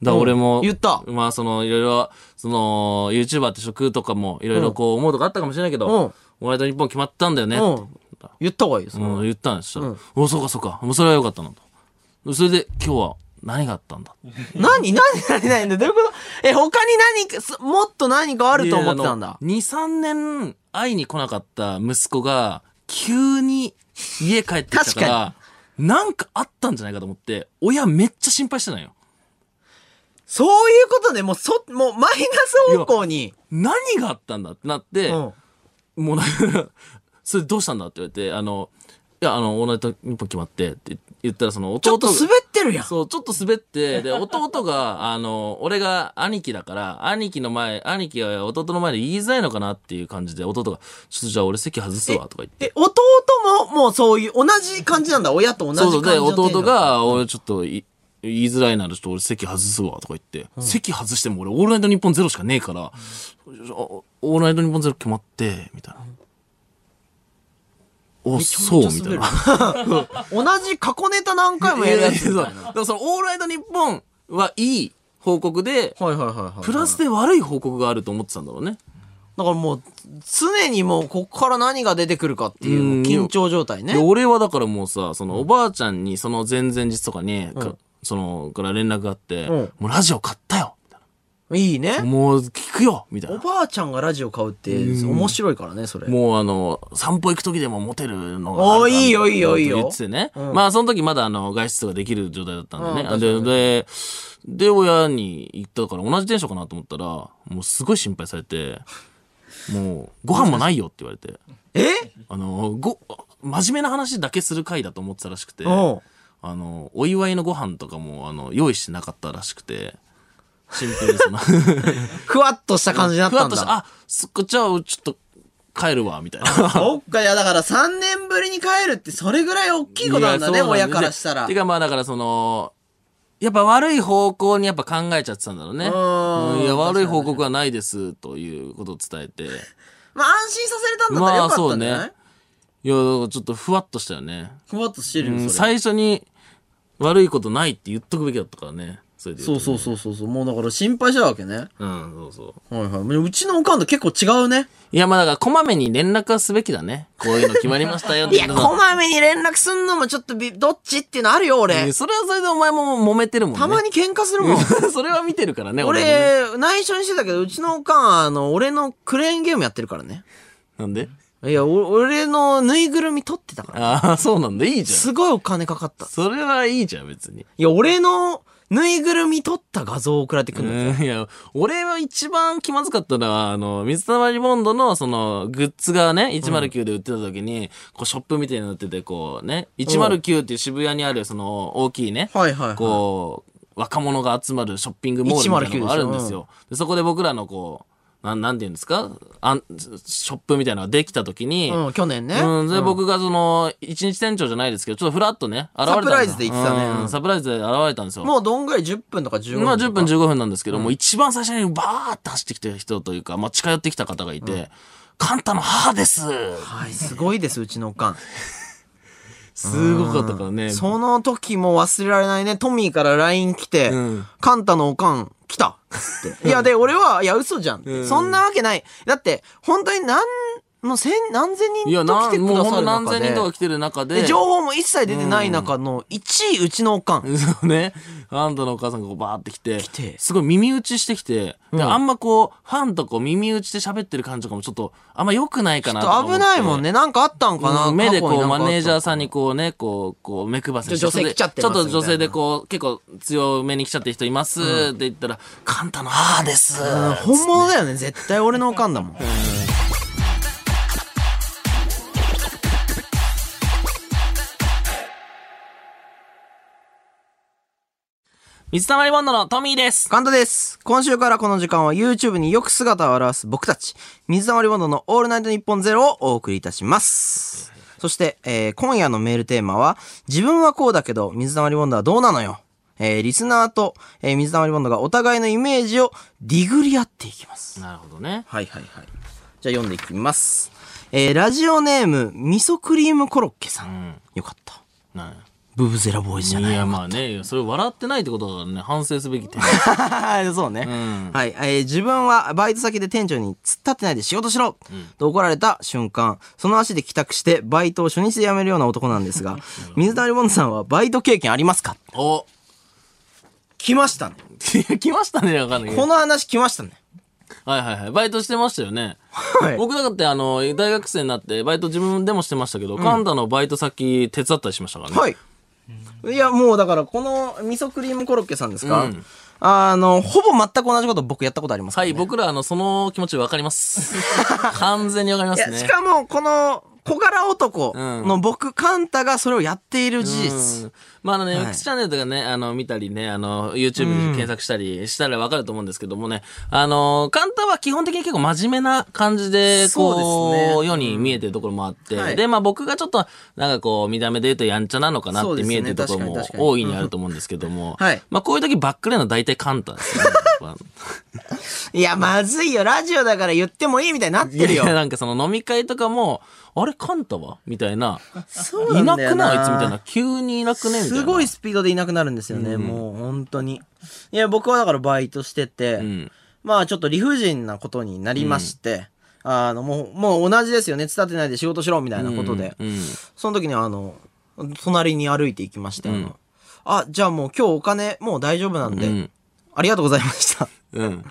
だから
うん
俺も、
言った
まあ、その、いろいろ、その、YouTuber って職とかも、いろいろこう思うとかあったかもしれないけど、
うん
オールナイトニッポン決まったんだよね、って。
うん。言った方がいいです。それは
うん、言ったんですよ。お、そうかそうか。もうそれはよかったな、と。それで、今日は、何があったんだ
何 何何何何どういうことえ、他に何か、すもっと何かあると思ってたんだ。
2、3年会いに来なかった息子が、急に家帰ってきたから、なんかあったんじゃないかと思って、親めっちゃ心配してないよ。
そういうことね、もうそ、もうマイナス方向に。
何があったんだってなって、
うん。
もうなんか それどうしたんだって言われて、あの、いや、あの、オールナイトニッポン決まってって言ったら、その
ちょ
弟
っと
が、
滑ってるやん。
そう、ちょっと滑って、で、弟が、あの、俺が兄貴だから、兄貴の前、兄貴は弟の前で言いづらいのかなっていう感じで、弟が、ちょっとじゃあ俺席外すわ、とか言って。
え、弟も、もうそういう、同じ感じなんだ。親と同じ
そう
感
そ
じ
う、
の
で、
程度
弟、が、俺ちょっとい、言いづらいならちょっと俺席外すわとか言って、席外しても俺オールナイトニッポンゼロしかねえから、あオールナイトニッポンゼロ決まって、みたいな。お、そう、みたいな。
同じ過去ネタ何回もやるやつ
そう
み
だ
たいな。
からそのオールナイトニッポンはいい報告で、
はいはいはいはい。
プラスで悪い報告があると思ってたんだろうね。
だからもう、常にもう、ここから何が出てくるかっていううん緊張状態ね
で、。俺はだからもうさ、そのおばあちゃんにその前々日とかに、かその、から連絡があって、
ん
もうラジオ買ったよみたい
いい
な
ね。
もう聞くよみたいな
お。ばあちゃんがラジオ買うって、面白いからね、それ。
もうあの、散歩行く時でもモテるのが
おー
あるから
いいよいいよいいよ
言っててね。まあその時まだあの、外出ができる状態だったんでね。
うん
あで、で、で、親に行ったから同じテンションかなと思ったら、もうすごい心配されて、もう、ご飯もないよって言われて、
え
あの、ご、真面目な話だけする回だと思ってたらしくて、
うん。
あの、お祝いのご飯とかも、あの、用意してなかったらしくて、シンプルに その、
ふわっとした感じになっ
ふわ
た
っ
ん
と
だ。
した、あ、そっか、じゃあ、ちょっと、帰るわ、みたいな。
そっか、いやだから3年ぶりに帰るってそれぐらい大きいことなんだ
い
ね、
やそう
親
で
からしたら。
てかまあだからその、やっぱ悪い方向にやっぱ考えちゃってたんだろうね。
ん
うんいや、悪い報告はないです、ということを伝え て。
まあ安心させれたんだったらよかったんじゃない、
まあそうねいや、だからちょっとふわっとしたよね。
ふわっとしてる
う
よ、
ん
それ。
最初に悪いことないって言っとくべきだったからね。それで言
そう
と
そうそうそうそう。もうだから心配しちゃうわけね。
うんそうそう
はいはい。もううちのおかんと結構違うね。
いやまあだからこまめに連絡はすべきだねこういうの決まりましたよって
い
い
や、こまめに連絡すんのもちょっとび、どっちっていうのあるよ、俺。
それはそれでお前も揉めてるもんね
たまに喧嘩するもん。
それは見てるからね俺もね
俺、内緒にしてたけど、うちのおかんは、あの、俺のクレーンゲームやってるからね。
なんで
いや、お俺のぬいぐるみ取ってたから。
ああそうなんだいいじゃん
すごいお金かかった。
それはいいじゃん別に
いや、俺のぬいぐるみ取った画像を送られてくるの。
うんいや、俺は一番気まずかったのは、あの、水溜りボンドの、その、グッズがね、109で売ってた時に、こう、ショップみたいになってて、こうね、109っていう渋谷にある、その、大きいね、
はいはいはい
こう、若者が集まるショッピングモールみたいなのがあるんですよ。でそこで僕らの、こう、なん、なんていうんですかあんショップみたいなのができた時に、
うん、去年ね。
うん、で、僕がその、一日店長じゃないですけど、ちょっとフラッとね、現れたん
サプライズで行ってたね
うん
うん
サプライズで現れたんですよ。
もうどんぐらい10分とか15分
まあ
と
10
か
分15分なんですけど、もう一番最初にバーって走ってきた人というか、まあ近寄ってきた方がいて、カンタの母です
はい、すごいです、うちのおかん。
すごかったからね。
その時も忘れられないね。トミーから LINE 来て、
うん
カンタのおかん来たつ って。いや、で、俺は、いや、嘘じゃんって、
ん
そんなわけない。だって、本当に何、もう千、何千人
いや、
と来
な
て
ん、
く
もう
だ
ほん
さ
と
る
何
中
千
で
人とか来てる中で。
で情報も一切出てない中の1位、うちのおかん。
そうね。アンドのお母さんがこうバーって来て、
て
すごい耳打ちしてきて、であんまこう、ファンとこう耳打ちで喋ってる感じとかもちょっと、あんま良くないかなとか思って
危ないもんね。なんかあったんかな、
うん目で
過去
こ
に
う
なんかあ
マ
った
ネージャーさんにこうね、こう、こう目配せして、
ちょ女性来ちゃって
ち
ま
ょ
す
っと女性でこう、結構強めに来ちゃってる人いますって言ったら、カンタの母です。
うん本物だよね。絶対俺のおかんだもん。
水溜りボンドのトミーです。
カンタです。今週からこの時間は YouTube によく姿を現す僕たち、水溜りボンドのオールナイトニッポンゼロをお送りいたします。そして、えー今夜のメールテーマは、自分はこうだけど、水溜りボンドはどうなのよ。えーリスナーと、えー水溜りボンドがお互いのイメージをディグリ合っていきます。
なるほどね。
はいはいはい。じゃあ読んでいきます。えーラジオネーム、味噌クリームコロッケさ。
うんん。
よかった。
な
ブブゼラボーイズじゃ
い
ない。
や、まあね、いやそれ笑ってないってことだからね、反省すべき点。
そうね。
うん。
はい、えー自分はバイト先で店長に突っ立ってないで仕事しろ、と怒られた瞬間、その足で帰宅してバイトを初日で辞めるような男 なんですが、水谷ボンドさんはバイト経験ありますか
お
来ましたね。
いや来ましたね、わかんないけど
こ。の話来ましたね。
はいはいはい。バイトしてましたよね。
はい
僕だってあの、大学生になって、バイト自分でもしてましたけど、カンタのバイト先手伝ったりしましたからね。
はい。いや、もうだからこの味噌クリームコロッケさんですか、
うん
あの、ほぼ全く同じこと僕やったことありますか
は
らね、
い、僕ら、あの、その気持ちわかり ます。完全にわかりま
い
す
や、
ね。
しかもこの小柄男の僕、カンタがそれをやっている
う
事実。
んまあ、あのね、
はい
X チャンネルとかね、あの、見たりね、あの、YouTube で検索したりしたらわかると思うんですけどもね、あの、カンタは基本的に結構真面目な感じで、
そう
こう、
ですね
世に見えてるところもあって、
はい
で、まあ僕がちょっと、なんかこう、見た目で言うとやんちゃなのかな
そう
っ
で
て
すね
見えてるところも
確かに確かに
大いにあると思うんですけども、
はい
まあこういう時バックレーンの大体カンタですよ ね。やっぱ
いや、まずいよ。ラジオだから言ってもいいみたいになってるよ
いや。なんかその飲み会とかも、あれ、カンタはみたいな。
そう
い
ん
な
だよ
くないあいつみたいな。急にいなくねみたいな。
すごいスピードでいなくなるんですよね、もう本当に。いや、僕はだからバイトしてて、
うん。
まあちょっと理不尽なことになりまして、あの、もう、もう同じですよね、伝ってないで仕事しろみたいなことで、
うんうん
その時にあの、隣に歩いていきまして、あのあ、じゃあもう今日お金もう大丈夫なんで、
うん
ありがとうございました。
うん。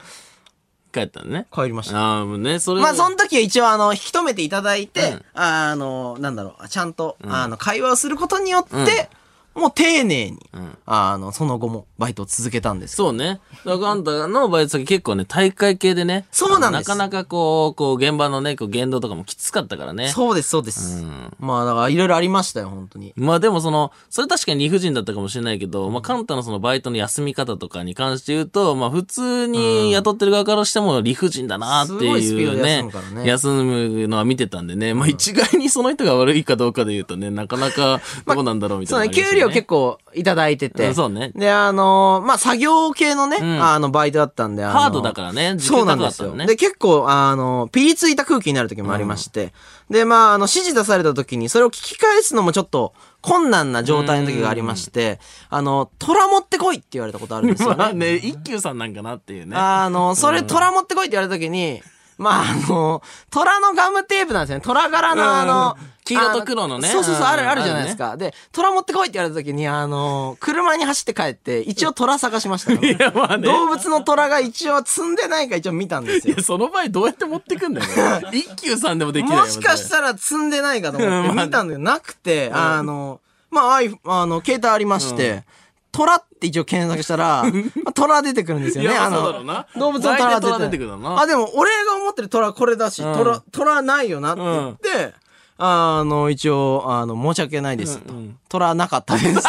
帰ったのね。
帰りました。
ああ、もうね、それ
まあ、その時は一応、あの、引き止めていただいて、
うん
あの、なんだろう、ちゃんと、あの、会話をすることによって、もう丁寧に、
ん
あの、その後もバイトを続けたんですけど
そうね。だからあんたのバイト先結構ね、大会系でね。
そうなんです
あのなかなかこう、こう、現場のね、こう、言動とかもきつかったからね。
そうです、そうです。
ん
まあ、だから、いろいろありましたよ、本当に。
まあでもその、それ確かに理不尽だったかもしれないけど、まあカンタのそのバイトの休み方とかに関して言うと、まあ普通に雇ってる側からしても理不尽だなって
すごいスピ
い
ード
う
で
ね
休むから、ね
休むのは見てたんでね、まあ一概にその人が悪いかどうかで言うとね、なかなかどうなんだろうみたい
そう
なのがありまし
ね、
た
給
ね、
料結構いただいてて。
うんそうね
で、あのーまあ、作業系のね、あの、バイトだったんで、あの
ハードだからね、時
そう
間
なん
高か
で
っ
す
たの
よ。
ね。
で、結構、あの、ピリついた空気になる時もありまして、で、まあ、あの、指示出された時に、それを聞き返すのもちょっと、困難な状態の時がありまして、あの、虎持ってこいって言われたことあるんですよ
まあ
ね。
ね、一休さんなんかなっていうね。
あの、それ虎持ってこいって言われた時に、まあ、あの、虎のガムテープなんですよね。虎柄のあの
うん、黄色と黒のね
あそうそうそう、
うん
ある、あるじゃないですか。で、虎持ってこいって言われた時に、あの、車に走って帰って、一応虎探しました
い
よ。
や、まあね。
動物の虎が一応積んでないか一応見たんです
い
よ。
や、その場合どうやって持ってくん だよ。ね一休さんでもできないよ
もしかしたら積んでないかと思
う
っ
ん まあ
て見たんだけど、なくて、あの、まあ、アイあの、携帯ありまして、虎って一応検索し たら、虎出てくるんですよね。
いやそ
あ
うだ
の
ろうな、
動物の虎
大体虎
出
出て
てく
く
る
るな
あ、でも、俺が思ってる虎これだし、
うん
虎、虎ないよなって言って、あの、一応、あの、申し訳ないですと
うんうん。
虎なかった です。
そ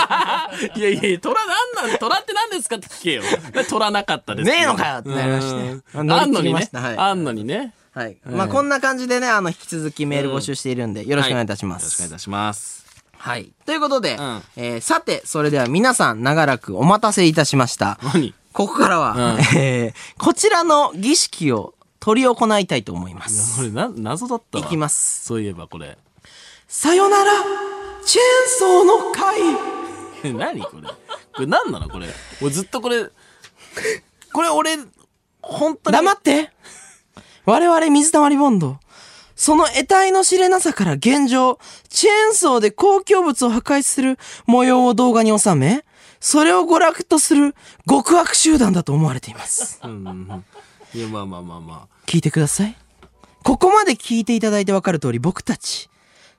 れ。いやいや、虎なんなん、虎って何ですかって聞け よ。虎なかったです。
ねえのかよってなりまして
うん
あ乗
あ
り
ん
切
の
り
に
ま
ね
し。たはい
あんのにね。
はい。まあ、こんな感じでね、あの、引き続きメール募集しているんで、よろしくお願いいたしま
よろしくお
す
願いい。たします。
はい。ということで、
ん
えーさて、それでは皆さん長らくお待たせいたし ました。
何
ここからは、
うん
えーこちらの儀式を取り行いたいと思いま
いや
す。
これな、謎だったわ。
いきます。
そういえばこれ。
さよなら、チェーンソーの会
え何これ。これ何なのこれ。俺ずっとこれ、これ俺、本当に。
黙って我々水溜りボンド。その得体の知れなさから現状、チェーンソーで公共物を破壊する模様を動画に収め、それを娯楽とする極悪集団だと思われています。
うんうんいや、まあまあまあまあ。
聞いてください。ここまで聞いていただいてわかる通り僕たち、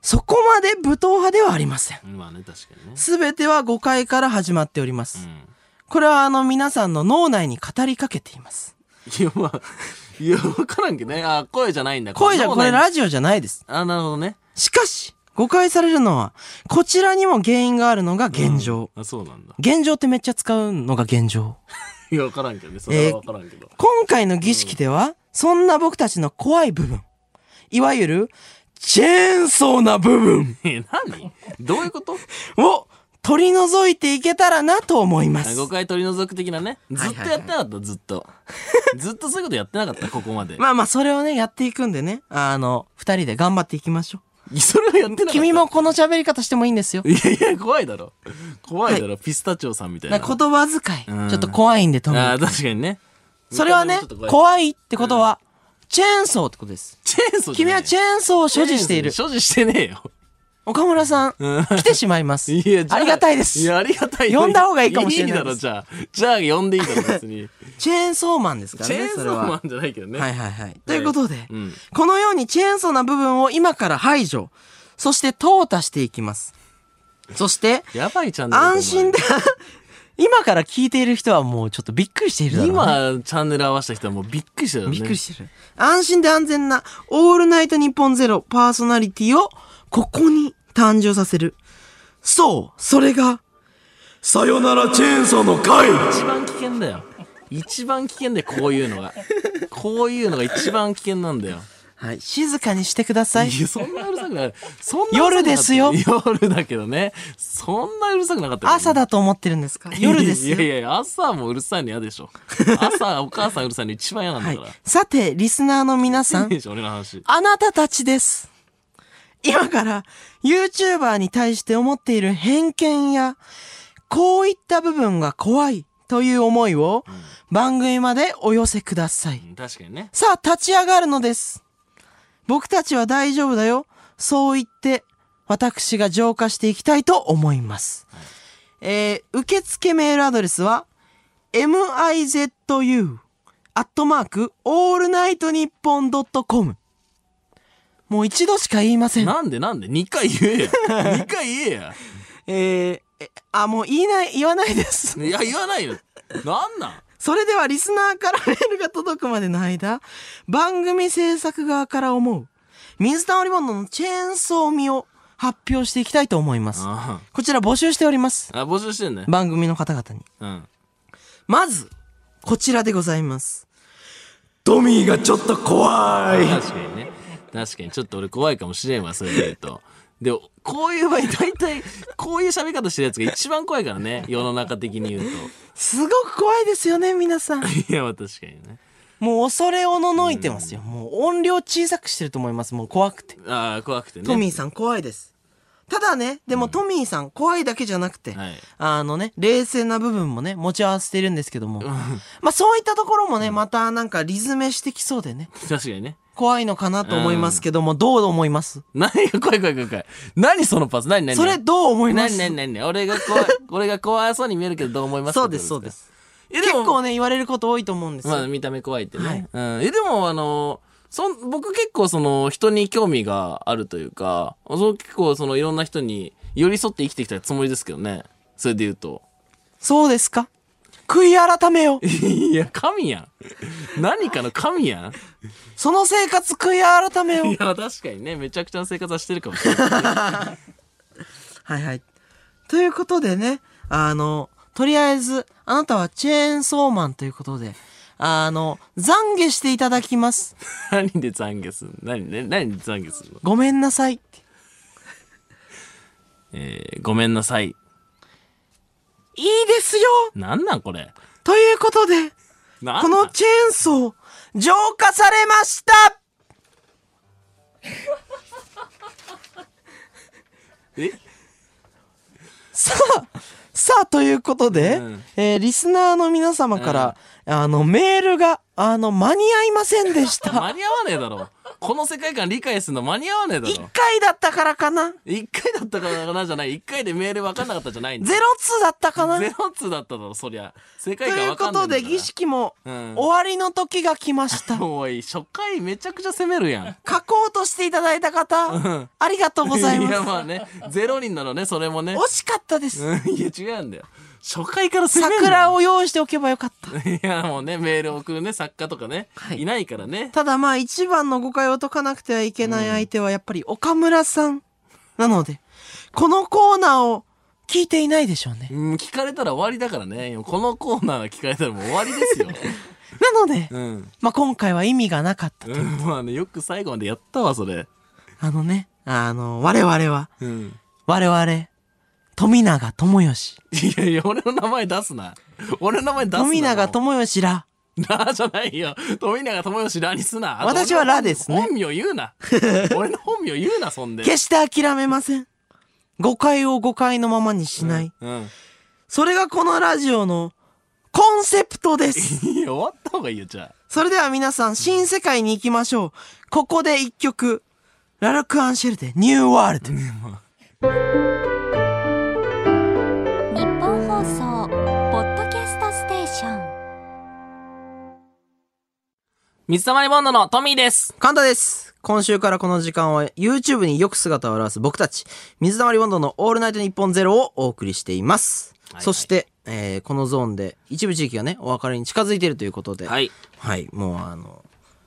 そこまで武闘派ではありません。
まあね、確かにね。
すべては誤解から始まっておりま
う
す。
ん
これはあの皆さんの脳内に語りかけています。
いや、まあ、いや、わからんけどね。あ、声じゃないんだ。
声じゃ
脳
これ
内
ラジオじゃないです。
あ、なるほどね。
しかし、誤解されるのは、こちらにも原因があるのが現状。
あ、そうなんだ。
現状ってめっちゃ使うのが現状。
いや、わからんけどね。それはわからんけど。
今回の儀式では、そんな僕たちの怖い部分、いわゆる、チェーンソーな部分。
え、何どういう こと
を取り除いていけたらなと思いま
あ
す。
誤解取り除く的なね。ずっとやってなかった、ずっ と。ずっとそういうことやってなかった、ここまで。
まあまあ、それをね、やっていくんでね、あの、二人で頑張っていきましょ
それはやってなかっ
う。
た。
君。もこの喋り方してもいいんですよ。
いやいや、怖いだろ。怖いだろ、ピスタチオさんみたいな。
なんか言葉遣
う
い、
ん
ちょっと怖いんで、トミ
ああ、
ー。
確かにね。
それはね
見た目、もちょっと
怖いってことは、チェーンソーってことです。
チェーンソーじゃ
君
ねえ
はチェーンソーを所持している。
所持してねえよ。
岡村さん、
うん
来てしまいま す。
いや、じゃ
ありがたいです。
い
チ
や、
ェ
ありがたい。
呼んだ方がいいかもしれない
いいだろ、じゃあ。じゃあ、呼んでいいだろ、別 に。
ーンソーマンですから
チェー
ね
ン、ソ
それ
ーマ
は。
ンじゃないけどね。
はいはいはい。ということで、
うん。
このようにチェーンソーな部分を今から排除、そして淘汰していきます。そして、
やばいチャンネルだと思う。
安心だ。今から聞いている人はもうちょっとびっくりしているだろうね、
今、チャンネル合わせた人はもうびっくりしたよね。
びっくりしてる。安心で安全な、オールナイトニッポンゼロパーソナリティを、ここに誕生させる。そう、それが、さよならチェーンソーの会
一番危険だよ。一番危険でこういうのが。こういうのが一番危険なんだよ。
はい、静かにしてください。
いや、そんなうるさくない。そんな
夜ですよ
うるさくなかった夜だけどね。そんなうるさくなかったよ
朝だと思ってるんですか夜ですよ
い。やいや、朝もうるさいの嫌でしょ。朝、お母さんうるさいの一番嫌なんだ
は
か
い
ら。。
さて、リスナーの皆さ
いい
ん、
でしょ、俺の話。
あなたたちです。今から YouTuber に対して思っている偏見や、こういった部分が怖いという思いを番組までお寄せください。
うん確かにね。
さあ、立ち上がるのです。僕たちは大丈夫だよ。そう言って、私が浄化していきたいと思います。えー、受付メールアドレスは、mizu、アットマーク、オールナイトニッポンドットコム。もう一度しか言いません。
なんでなんで ?2 回言えや。2回言えや。
えーえあ、もう言いない、言わないです。
いや、言わないよ。なんなん
それではリスナーからメールが届くまでの間、番組制作側から思う、水溜りボンドのチェーンソー味を発表していきたいと思います。
あ
こちら募集しております。
あ、募集してんね。
番組の方々に。
うん。
まず、こちらでございます。トミーがちょっと怖い。
確かにね。確かに、ちょっと俺怖いかもしれんわ、それで言うと。で、こういう場合、大体、こういう喋り方してるやつが一番怖いからね。世の中的に言う
すごく怖いですよね、皆さん。
と。いや、まあ確かにね。
もう恐れおののいてますよ。もう音量小さくしてると思います。もう怖くて。
ああ、怖くてね。
トミーさん怖いです。ただね、でもトミーさん、怖いだけじゃなくて、
はい
あのね、冷静な部分もね、持ち合わせてるんですけども、まあそういったところもね、またなんかリズメしてきそうでね、
確かにね。
怖いのかなと思いますけども、どう思います
何が怖い怖い怖い怖い。何そのパス何何
それどう思いま
何
す
何何何俺が怖い。俺が怖そうに見えるけどどう思います
そうです、そうで。す。
え
結
も
構ね、言われること多いと思うんですよ。
まあ見た目怖いってね。
はい
うん。え、でもあの、そん、僕結構その人に興味があるというか、そう結構そのいろんな人に寄り添って生きてきたつもりですけどね。それで言うと。
そうですか悔い改めよう。
いや、神やん。何かの神やん。
その生活悔い改めよう
い。や、確かにね、めちゃくちゃな生活はしてるかもしれない。
はいはい。ということでね、あの、とりあえず、あなたはチェーンソーマンということで、あの、懺悔していただきます。
何で懺悔するの何で、何で懺悔するの
ごめんなさい。
えー、ごめんなさい。
いいですよ
なんなんこれ。
ということで、
なん
このチェーンソー、浄化されました
え
さあ、さあ、ということで、
うん
えーリスナーの皆様から、あの、メールが、あの、間に合いませんでし た。
間に合わねえだろ。この世界観理解するの間に合わねえだ
一
ろ。
回だったからかな
一回だったからなじゃない。一回でメール分かんなかったじゃないんだ
ゼロツーだったかな
ゼロ通だっただろ、そりゃ。世
と
界
い
観
う
分
こ
かんな
と
いんだ
で
から。
儀式も
うん
終わりの時が来ました。
おい、初回めちゃくちゃ攻めるやん。
書こうとしていただいた方、ありがとうござい
や、
ま
まあね、ゼロ人なのね、それもね
す。。惜しかったです。
うんいや、違うんだよ。初回から攻める
桜
を。
を用意しておけばよかった。
いや、もうね、メール送るね、作家とかね。
はい
いないからね。
ただまあ一番の誤解を解かなくてはいけない相手はやっぱり岡村さん。なので、このコーナーを聞いていないでしょうね。
うん、聞かれたら終わりだからね。このコーナーが聞かれたらもう終わり ですよ。
なので、
うん。
まあ今回は意味がなかった。
うん、まあね、よく最後までやったわ、それ。
あのね、あの、我々は、
うん。
我々、富永智義、
いやいや、俺の名前出すな。俺の名前出すな。
富永智義ら、
ラじゃないよ。富永友義ラにすな。あと
私はラですね
本名言う な。俺の本名言うな、そんで。
決して諦めません。誤解を誤解のままにしない。
うん。
それがこのラジオのコンセプトです。
いや、終わった方がいいよ、じゃあ。
それでは皆さん、新世界に行きましょう。ここで一曲。ラルク・アンシェルで、ニューワールド。
日本放送ポッドキャストステーション
水溜りボンドのトミーです。
カンタです。今週からこの時間は YouTube によく姿を現す僕たち、水溜りボンドのオールナイトニッポンゼロをお送りしています。
いはい
そして、えーこのゾーンで一部地域がね、お別れに近づいているということで、
は
はい、
い。
もうあの、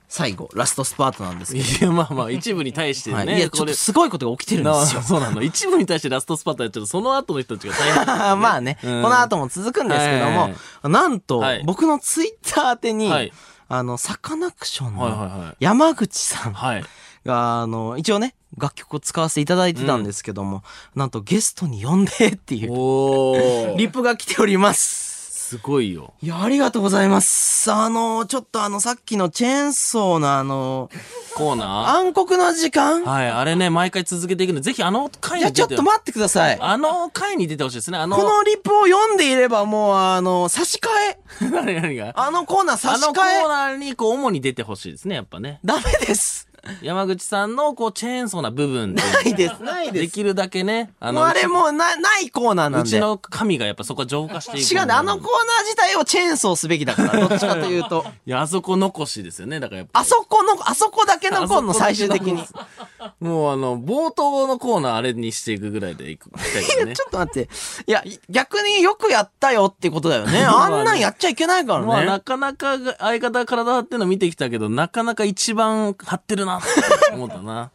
最後、ラストスパートなんですけ
い
ど、
や、まあまあ、一部に対して
はい、
ね。
いや、ちょ
こ
っ
れ
とすごいことが起きてるんで
なあ
すよ。
そうなの。一部に対してラストスパートやっちゃうと、その後の人たちが大変だ。
あー まあね、
うん
この後も続くんですけども、
はいはい
なんと、
はい
僕のツイッター宛てに、
はい
あの、サカナクション
はいはい
の
はい
山口さん
はい。
が、あの、一応ね、楽曲を使わせていただいてたんですけども、なんとゲストに呼んでっていう
お
リプが来ております。
すごいよ。
いや、ありがとうございます。あの、ちょっとあの、さっきのチェーンソーのあの、
コーナ
暗黒の時
ー
間
はい、あれね、毎回続けていくので、ぜひあの回
じゃ
に
ちょ
出、
ってと待ってください。こ
あの回に出てほしいですね。あの、
のリプを読んでいればもう、あの、差し替え。
何何が
あのコーナー差
あ
し替
のコ
え
ー。ナーにこう主に出てほしいですね、やっぱね。
ダメです。
山口さんのこうチェーンソーな部分で、
な いです、ない
で
です。
きるだけね、あ
もうあれもうな、ないコーナーなん
う
で。
ちの神がやっぱそこは浄化していく。
違うんで、あのコーナー自体をチェーンソーすべき だから、どっちかというと。
いや、あそこ残しですよね、だからやっぱ。
あそこの、あそこだけのコーナー最終的に。
あ
ち
そこだけのもうあの、冒頭のコーナーあれにしていくぐらいでいく。いきた いですね。
ょっと待って。いや、逆によくやったよってことだよ ね。あんなんやっちゃいけないから
まあ、な
ね。
かなかが相方が体張ってるの見てきたけど、なかなか一番張ってるなって思った な。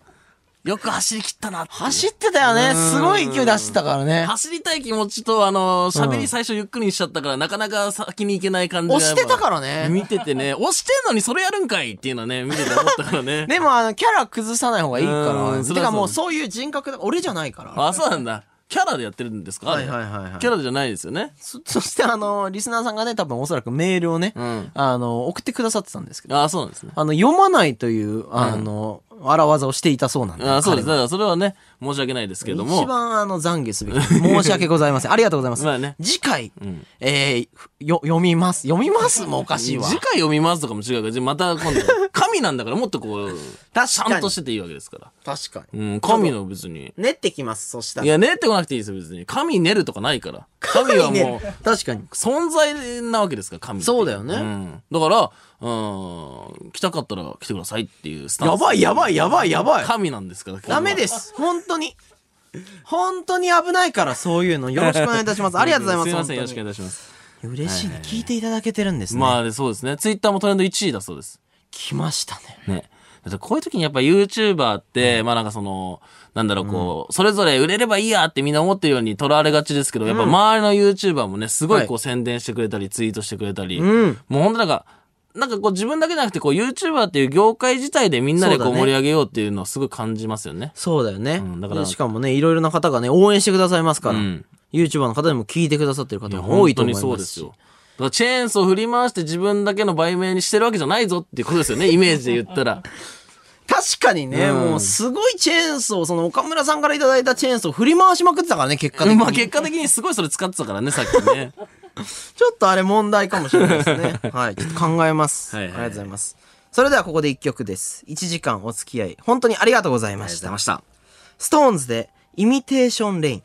よく走り切ったなっていう
走ってたよね。すごい勢い出してたからね。
走りたい気持ちと、あの、喋り最初ゆっくりにしちゃったから、なかなか先に行けない感じが
押してたから
やっぱ
ね。
見ててね、押してんのにそれやるんかいっていうのはね、見てて思ったから ね。
でも、あの、キャラ崩さない方がいいか
う
ら。
んそり
て
ゃそう
かもうそういう人格だ。俺じゃないから。
あ、そうなんだ。キャラでやってるんですかあれ
はいはいはいはい
キャラじゃないですよね。
そ そしてあの、リスナーさんがね、多分おそらくメールをね、
うん
あの、送ってくださってたんですけど、
あ、そうなんですね。
あの、読まないという、あの、荒技をしていたそうなん
あそうです。だ
彼は
からそれはね、申し訳ないですけども。
一番あの懺悔すべき。申し訳ござい ません。ありがとうございます。
まあね
次回、えーよ、読みます。読みますもおかしいわ。
次回読みますとかも違うから、じゃあまた 今度、神なんだからもっとこう、
確
ちゃんとしてていいわけですから。
確か
う
に。
ん、神の別に。
練ってきます、そした
い
ら。
や、練ってこなくていいですよ、別に。神練るとかないから。神はもう、
確かに。
存在なわけですから、神って。
そうだよね
うん。だから、うん、来たかったら来てくださいっていうスタンス。
やばいやばいやばいやばい。
神なんですから、。
ダメですす。本当に。本当に危ないから、そういうの。よろしくお願いいたします。ありがとうございま す。
すいません、よろしくお
本
願いいたします。
当に嬉しいね。聞いていただけてるんですね。
まあね、そうですね。ツイッターもトレンド1位だそうです。
来ましたね。
ね。だってこういう時にやっぱ YouTuber って、まあなんかその、なんだろう、こう、それぞれ売れればいいやってみんな思ってるようにとらわれがちですけど、やっぱ周りの YouTuber もね、すごいこう宣伝してくれたり、ツイートしてくれたり、
ん
もうほんとなんか、なんかこう自分だけじゃなくて、こう YouTuber っていう業界自体でみんなでこ
そううだ
盛
ね
り上げようっていうのはすごい感じますよね。
そうだよね。
んだから
でしかもね、いろいろな方がね、応援してくださいますから。
うん
YouTuber の方でも聞いてくださってる方
いや
も多いと思いますし。
本当にそうですよ。だからチェーンソー振り回して自分だけの売名にしてるわけじゃないぞっていうことですよね、イメージで言った ら。
確かにね、
うん
もうすごいチェーンソー、その岡村さんからいただいたチェーンソー振り回しまくってたからね、結果的に。
まあ結果的にすごいそれ使ってたからね、さっき ね。
ちょっとあれ問題かもしれないですね。はい。ちょっと考えます。
はいはい
ありがとうございます。それではここで一曲です。1時間お付き合い、本当にありがとうございました。
した。
ストーンズで、イミテーションレイン。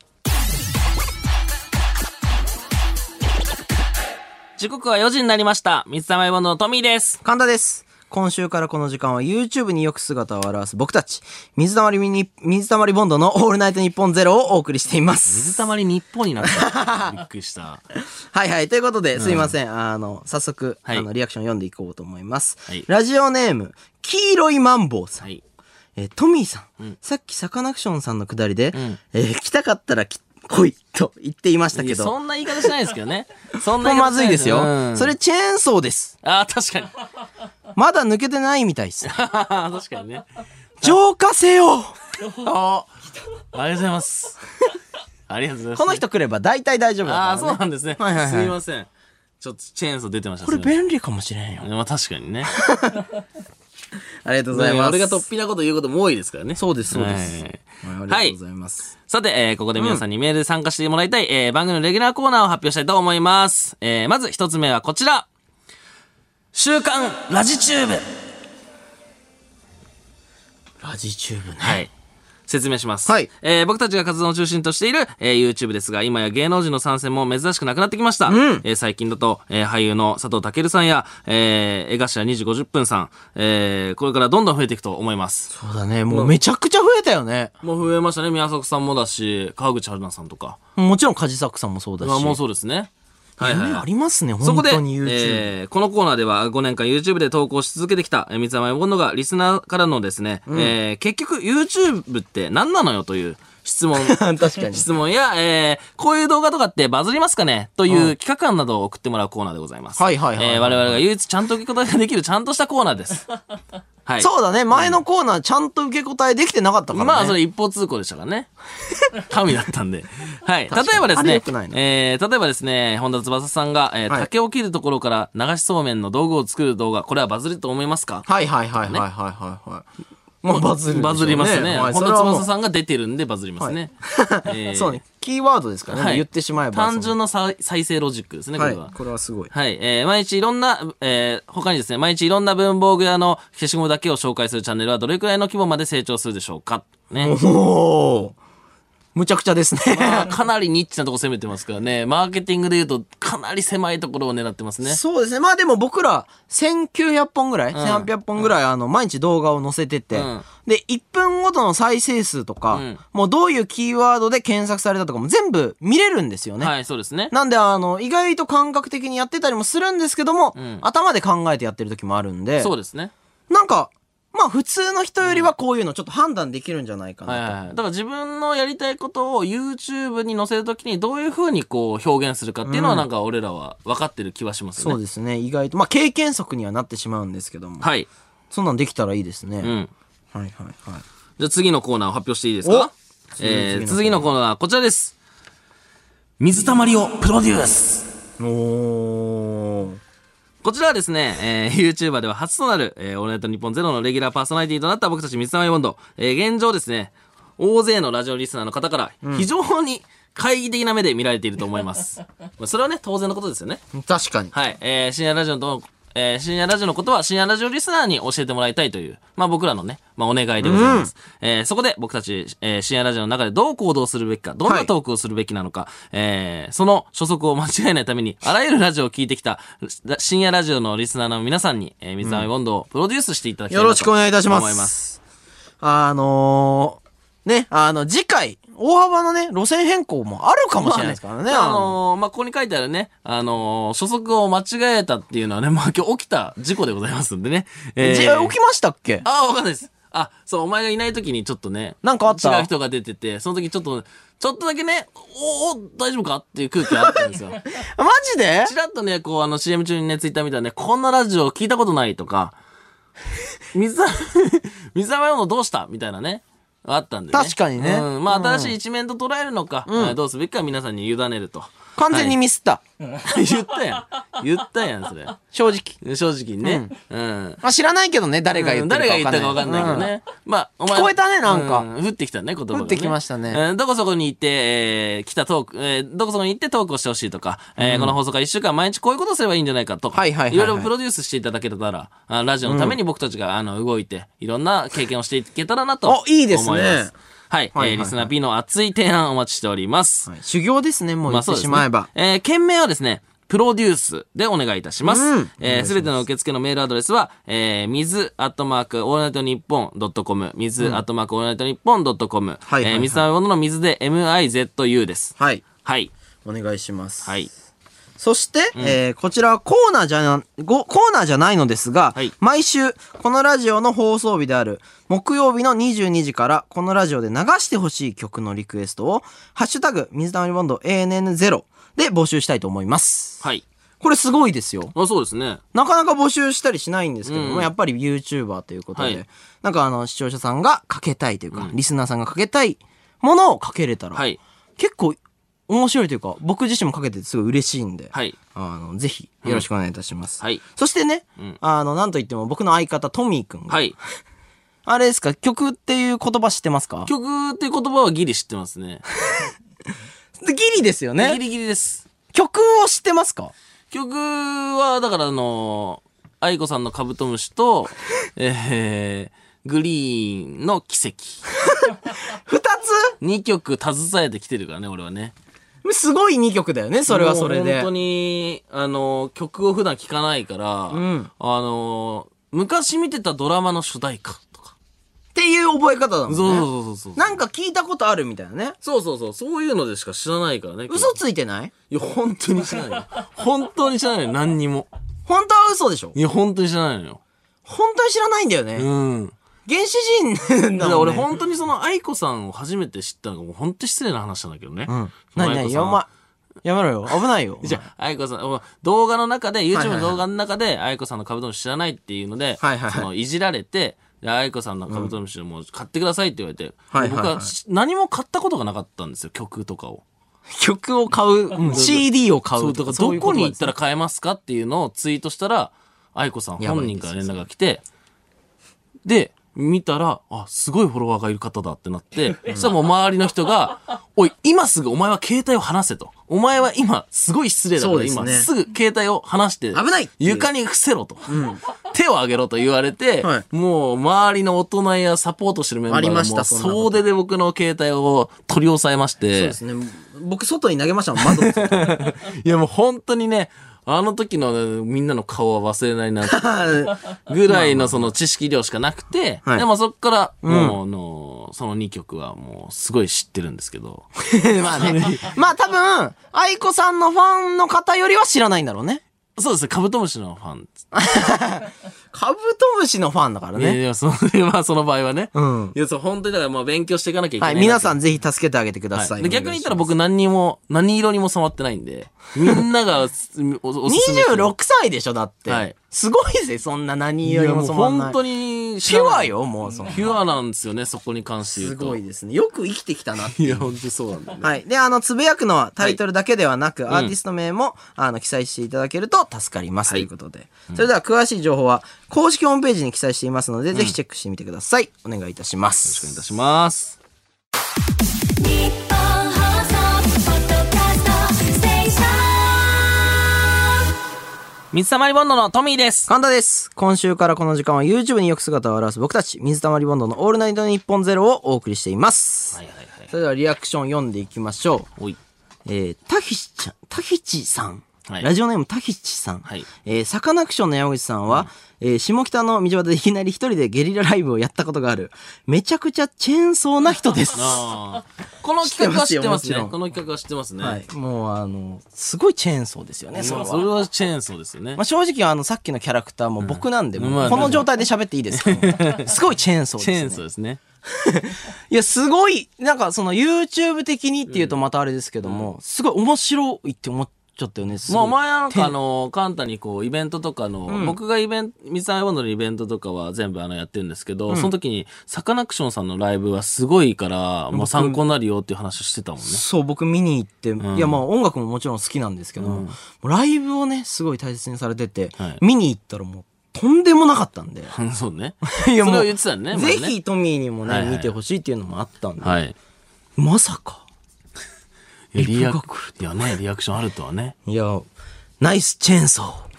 時刻は4時になりました。水溜りボンドのトミーです。
神田です。今週からこの時間は YouTube によく姿を現す僕たち、水溜りミニ、水溜りボンドのオールナイトニッポンゼロをお送りしています。
水溜り日本にな った。びっくりした。
はいはい。ということで、すいません。あの、早速、
はい
あの、リアクション読んでいこうと思います。
はい
ラジオネーム、黄色いマンボウさん。
はい。
えートミーさん,、さっきサカナクションさんのくだりで、
ん
えー来たかったらき来いと言っていました
い
け
や
ど、
そ
こ
んな言い方しないですけど ね。そんな
れ
言い方
まずいですよ、
うん
それチェーンソーです。
あー確かに。
まだ抜けてないみたい です。
確かにね。
浄化せよ
ああ。ありがとうございます。ありがとうございます。
この人来れば大体大丈夫だから、
あ
ね。
あ、そうなんですね。
はいはいはい
すみません。ちょっとチェーンソー出てました。
これ
すい
便利かもしれん
ま
よ
せ。んまあ確かにね。
ありがとうございます。
俺が突飛なこと言うことも多いですからね。
そうです、そうです。
はい
はいありがとうございます。
さて、えーここで皆さんにメールで参加してもらいたい、えー番組のレギュラーコーナーを発表したいと思います。えーまず一つ目はこちら。週刊ラジチューブ。
ラジチューブね。
はい。説明します。
はい
えー僕たちが活動の中心としている、えー YouTube ですが、今や芸能人の参戦も珍しくなくなってきました。えー最近だと、えー俳優の佐藤健さんや、えー、江頭2時50分さん、えーこれからどんどん増えていくと思います。
そうだね。もうめちゃくちゃ増えたよね。
もう増えましたね。宮迫さんもだし、川口春奈さんとか。
もちろん、カジサックさんもそうだし。
まあもうそうですね。はいはい、
夢
は
あ
い。
りますね、
そこ
本
で、
当に YouTube。
えーこのコーナーでは5年間 YouTube で投稿し続けてきた、えー、三山ボンドがリスナーからのですね、えー結局 YouTube って何なのよという質 問
確かに。
質問や、えーこういう動画とかってバズりますかねという企画案などを送ってもらうコーナーでございます。
はいはいはいはい
えー我々が唯一ちゃんと受け答えができるちゃんとしたコーナー です。はい。
そうだね、前のコーナーちゃんと受け答えできてなかったからね。
まあ、それ一方通行でしたから ね。神だったんで。はい。例
確かに
えばです
あれ
ね
良くない、な
えー、例えばですね、本田翼さんが、えー
はい
竹を切るところから流しそうめんの道具を作る動画、これはバズると思いますか
はいはいはいはいはいはいはい。まあ、バズるでしょ
バ
うね。
ズりますね。
はい
本田
それはも
翼
う
さんが出てるんでバズりますね。 えー
そうね。キーワードですからね。
はい
言ってしまえば。
単純
な。
な再再生ロジックですね、こ
は
れ
い
は。。
これはすごい。
はい。えー毎日いろんな、えー他にですね、毎日いろんな文房具屋の消しゴムだけを紹介するチャンネルはどれくらいの規模まで成長するでしょうかね。
おお。むちゃくちゃですね。
まあかなりニッチなとこ攻めてますからね。マーケティングで言うと、かなり狭いところを狙ってますね。
そうですね。まあでも僕ら、1900本ぐらい、1800本ぐらい、あの、毎日動画を載せてて、
うん
で、1分ごとの再生数とか、
うん
もうどういうキーワードで検索されたとかも全部見れるんですよね。
はい、そうですね。
なんで、あの、意外と感覚的にやってたりもするんですけども、
ん
頭で考えてやってる時もあるんで、
そうですね。
なんか、まあ普通の人よりはこういうのちょっと判断できるんじゃないかな
はい
と。
はいはい。だから自分のやりたいことを YouTube に載せるときにどういう風にこう表現するかっていうのはなんか俺らは分かってる気はします
そ
ね。
うですね。意外と。まあ経験則にはなってしまうんですけども。
はい。
そんなんできたらいいですね。
う
はい
ん。
はいはい。
じゃあ次のコーナーを発表していいですか
お次
えー、次
次
の
の
コーナーはこちらです。水たまりをプロデュース。
おー。
こちらはですね、えー、YouTuber では初となる、えー、オールナイトニッポンゼロのレギュラーパーソナリティとなった僕たち水溜りボンド。えー、現状ですね、大勢のラジオリスナーの方から、非常に懐疑的な目で見られていると思います。まあそれはね、当然のことですよね。
確かに。
はい。えー、深夜ラジオの、えー、深夜ラジオのことは深夜ラジオリスナーに教えてもらいたいという、まあ僕らのね、まあお願いでございます。えーそこで僕たち、えー深夜ラジオの中でどう行動するべきか、どんなトークをするべきなのか、えーその初速を間違えないために、あらゆるラジオを聞いてきた、ら深夜ラジオのリスナーの皆さんに、えー、水溜りボンドをプロデュースしていただきたい
よろしくお願いいたしま。
思います
あのー、ね、あの、次回、大幅なね、路線変更もあるかもしれないですからね。
あのーまあ、ここに書いてあるね、あのー初速を間違えたっていうのはね、まあ、今日起きた事故でございますんでね。えー
じ起きましたっけ
あ、わかんないです。あ、そう、お前がいない時にちょっとね、
なんかあった
違う人が出てて、その時ちょっと、ちょっとだけね、おお、大丈夫かっていう空気があったんです よ。
マジで
ちらっとね、こう、あの、CM 中にね、ツイッター見たらね、こんなラジオ聞いたことないとか、 水溜、 水溜りボンドどうしたみたいなね。あったんで、ね、
確かにね
うん、まあ、新しい一面と捉えるのか、えーどうすべきか皆さんに委ねると。
完全にミスった。
はい、言ったやん。言ったやん、それ。
正直。
正直にね。うん
まあ、知らないけどね、誰が言ってる
誰が
か分
言
か
っ
んな
た
い。
か分かんないけど
うん。
ね。まあ、お前
聞こえたねなんか
う降ってきたね、言葉が、ね。
降ってきましたね
うんどこそこに行って、えー来たトーク、えーどこそこに行ってトークをしてほしいとか、えーこの放送から1週間毎日こういうことすればいいんじゃないかとか、
はいはいはいはい
ろいろプロデュースしていただけたら、あラジオのために僕たちが、あの、動いて、いろんな経験をしていけたらなと思いま
お
す。
いいですね
はい。
はいはいはい
えーリスナー B の熱い提案お待ちしております。
はい修行ですね、もう言
まあ
っ
そうで
て
す
し
ね
まえば。
えー件名はですね、プロデュースでお願いいたします。
うん
えーすべての受付のメールアドレスは、えー、水アットマークオールナイトニッポンドットコム、水アットマークオールナイトニッポンドットコム、
はいはいはい
えー水溜りボンドの水で MIZU です。
はい。
はい。
お願いします。
はい。
そして、えーこちらはコーナーじゃな、ごコーナーじゃないのですが、
はい
毎週、このラジオの放送日である、木曜日の22時から、このラジオで流してほしい曲のリクエストを、ハッシュタグ、水溜りボンド ANN0 で募集したいと思います。
はい。
これすごいですよ。
あそうですね。
なかなか募集したりしないんですけども、
うん
やっぱり YouTuber ということ
は
で、
い
なんかあの、視聴者さんがかけたいというか、リスナーさんがかけたいものをかけれたら、
はい。
結構面白いというか、僕自身もかけててすごい嬉しいんで、
はい。
あの、ぜひ、よろしくお願いいたします。
はい。
そしてね、
うん
あの、なんといっても僕の相方、トミーくんが、
はい。
あれですか、曲っていう言葉知ってますか
曲っていう言葉はギリ知ってますね。
ギリですよ
ギ
ね。
リギリです。
曲を知ってますか
曲は、だからあのー、愛子さんのカブトムシ と、えー、グリーンの奇跡。2
二
曲携えてきてるからね、俺はね。
つすごい二曲だよね、それはそれ
もう
で。
本当に、あの、曲を普段聴かないから、
ん
あの、昔見てたドラマの主題歌とか。
っていう覚え方だもんね。
そうそうそうそう。
なんか聞いたことあるみたいなね。
そうそうそう。そういうのでしか知らないからね。
嘘
い
ついてない
や、本当に知らないよ。 本当に知らないよ。何にも。
本当は嘘でしょ
いや、本当に知らないのよ。
本当に知らないんだよね。
うん。
原始人
だ
だ
から
もん
俺
ね。
本当にその愛子さんを初めて知ったのがもう本当に失礼な話なんだけどね。
うん。なに
愛
な
子
に
さ
や
んは
ま、やめろよ。危ないよ。
じゃあ、愛子さん、お動画の中で、
はい
YouTube
は
の
い
動画の中で、愛子さんのカブトムシ知らないっていうので、
はいはいはい
その、いじられて、で愛子さんのカブトムシをもう買ってくださいって言われて、
はいはいはい
僕はし何も買ったことがなかったんですよ、曲とかを。
曲を買う、CD を買
そうう、だ
と
か
からそうい
どこ
う言葉です
に行ったら買えますかっていうのをツイートしたら、愛子さん本人から連絡が来て、で、見たら、あ、すごいフォロワーがいる方だってなっ て、そしたらもう周りの人が、おい、今すぐお前は携帯を離せと。お前は今、すごい失礼だか
そう
ら、
ですね
今すぐ携帯を離して、
危ないっていう
床に伏せろと。手を上げろと言われて、
はい
もう周りの大人やサポートしてるメンバ
あり
ーが
まし
もう
たそんなこと
総出で僕の携帯を取り押さえまして、
そうですね。僕、外に投げましたも ん、窓の外に
いやもう本当にね、あの時のねみんなの顔は忘れないな、
は
ぐらいのその知識量しかなくて、
はい
でもそっから、もう、あの、その2曲はもうすごい知ってるんですけど。
いまあね。まあ多分、愛子さんのファンの方よりは知らないんだろうね。
そうですね、カブトムシのファン。
カブトムシのファンだから
ね、
ね。
いや、それはその 場合はね。
うん
いや、そう、本当にだからまあ勉強していかなきゃいけな
は
い
い、
な。
皆さんぜひ助けてあげてくださ。
はいい、で逆に言ったら僕何にも、何色にも染まってないんで、みんながおすおおすすめする。
26歳でしょだって、
はい
すごいぜそんな何より
い
も
や
そ
もうん
な
本当にに知
ピ
ら
ュ
ない
アよ、もうその。
ピュアなんですよね、そこに関して言
す
うと。
ごい。ですね。よく生きてきたなって
いや、本当にそうなんだよね。
はい。で、あの、つぶやくのはタイトルだけではなく、
い
アーティスト名も、あの、記載していただけると助かります。
はい
ということで。それでは、詳しい情報は、公式ホームページに記載していますので、ぜひチェックしてみてください。お願いいたしま
お願いい
す。
たします。
日本放送ポッドキャストステーション
水溜りボンドのトミーです。
神田です。今週からこの時間は YouTube によく姿を現す僕たち、水溜りボンドのオールナイトニッポンゼロをお送りしています。
はいはいはい。
それでは、リアクション読んでいきましょう。
おい。
えー、たひちゃん、たひちさん。
はい
ラジオネームたひちさん。
はい
えーサカナクションの山口さんは、えー下北の道端でいきなり一人でゲリラライブをやったことがある、めちゃくちゃチェーンソーな人です。は
ああ。この企画は知ってます
知ってますよ
ね
もちろん。
この企画は知ってますね。
い。もうあの、すごいチェーンソーですよね、そ
まあ
れは。
それはチェーンソーですよね
まあ、。正直あの、さっきのキャラクターも僕なんで、もう
まあ
この状態で喋っていいですか、すごいチェーンソーです、
チ
ね。
ェーンソーですね。
いや、すごい、なんかその YouTube 的にっていうとまたあれですけども、すごい面白いって思っちゃったよね、すご
まあ前
い
なんかあの、カンタにこう、イベントとかの、僕がイベント、ミサイボンドのイベントとかは全部あのやってるんですけど、その時に、サカナクションさんのライブはすごいから、まあ参考になるよっていう話をしてたもんね。
そう、僕見に行って、いや、まあ音楽ももちろん好きなんですけど、もうライブをね、すごい大切にされてて、
はい
見に行ったらもう、とんでもなかったんで、
そうね。
いや
それ
も
を
う
言ってたよね。
ぜ
前ね
ひトミーにもね、
はいはい
見てほしいっていうのもあったんで、
はい。
まさか。
いやリア
リプが
ク、いやね、リアクションあるとはね。
いや、ナイスチェーンソー。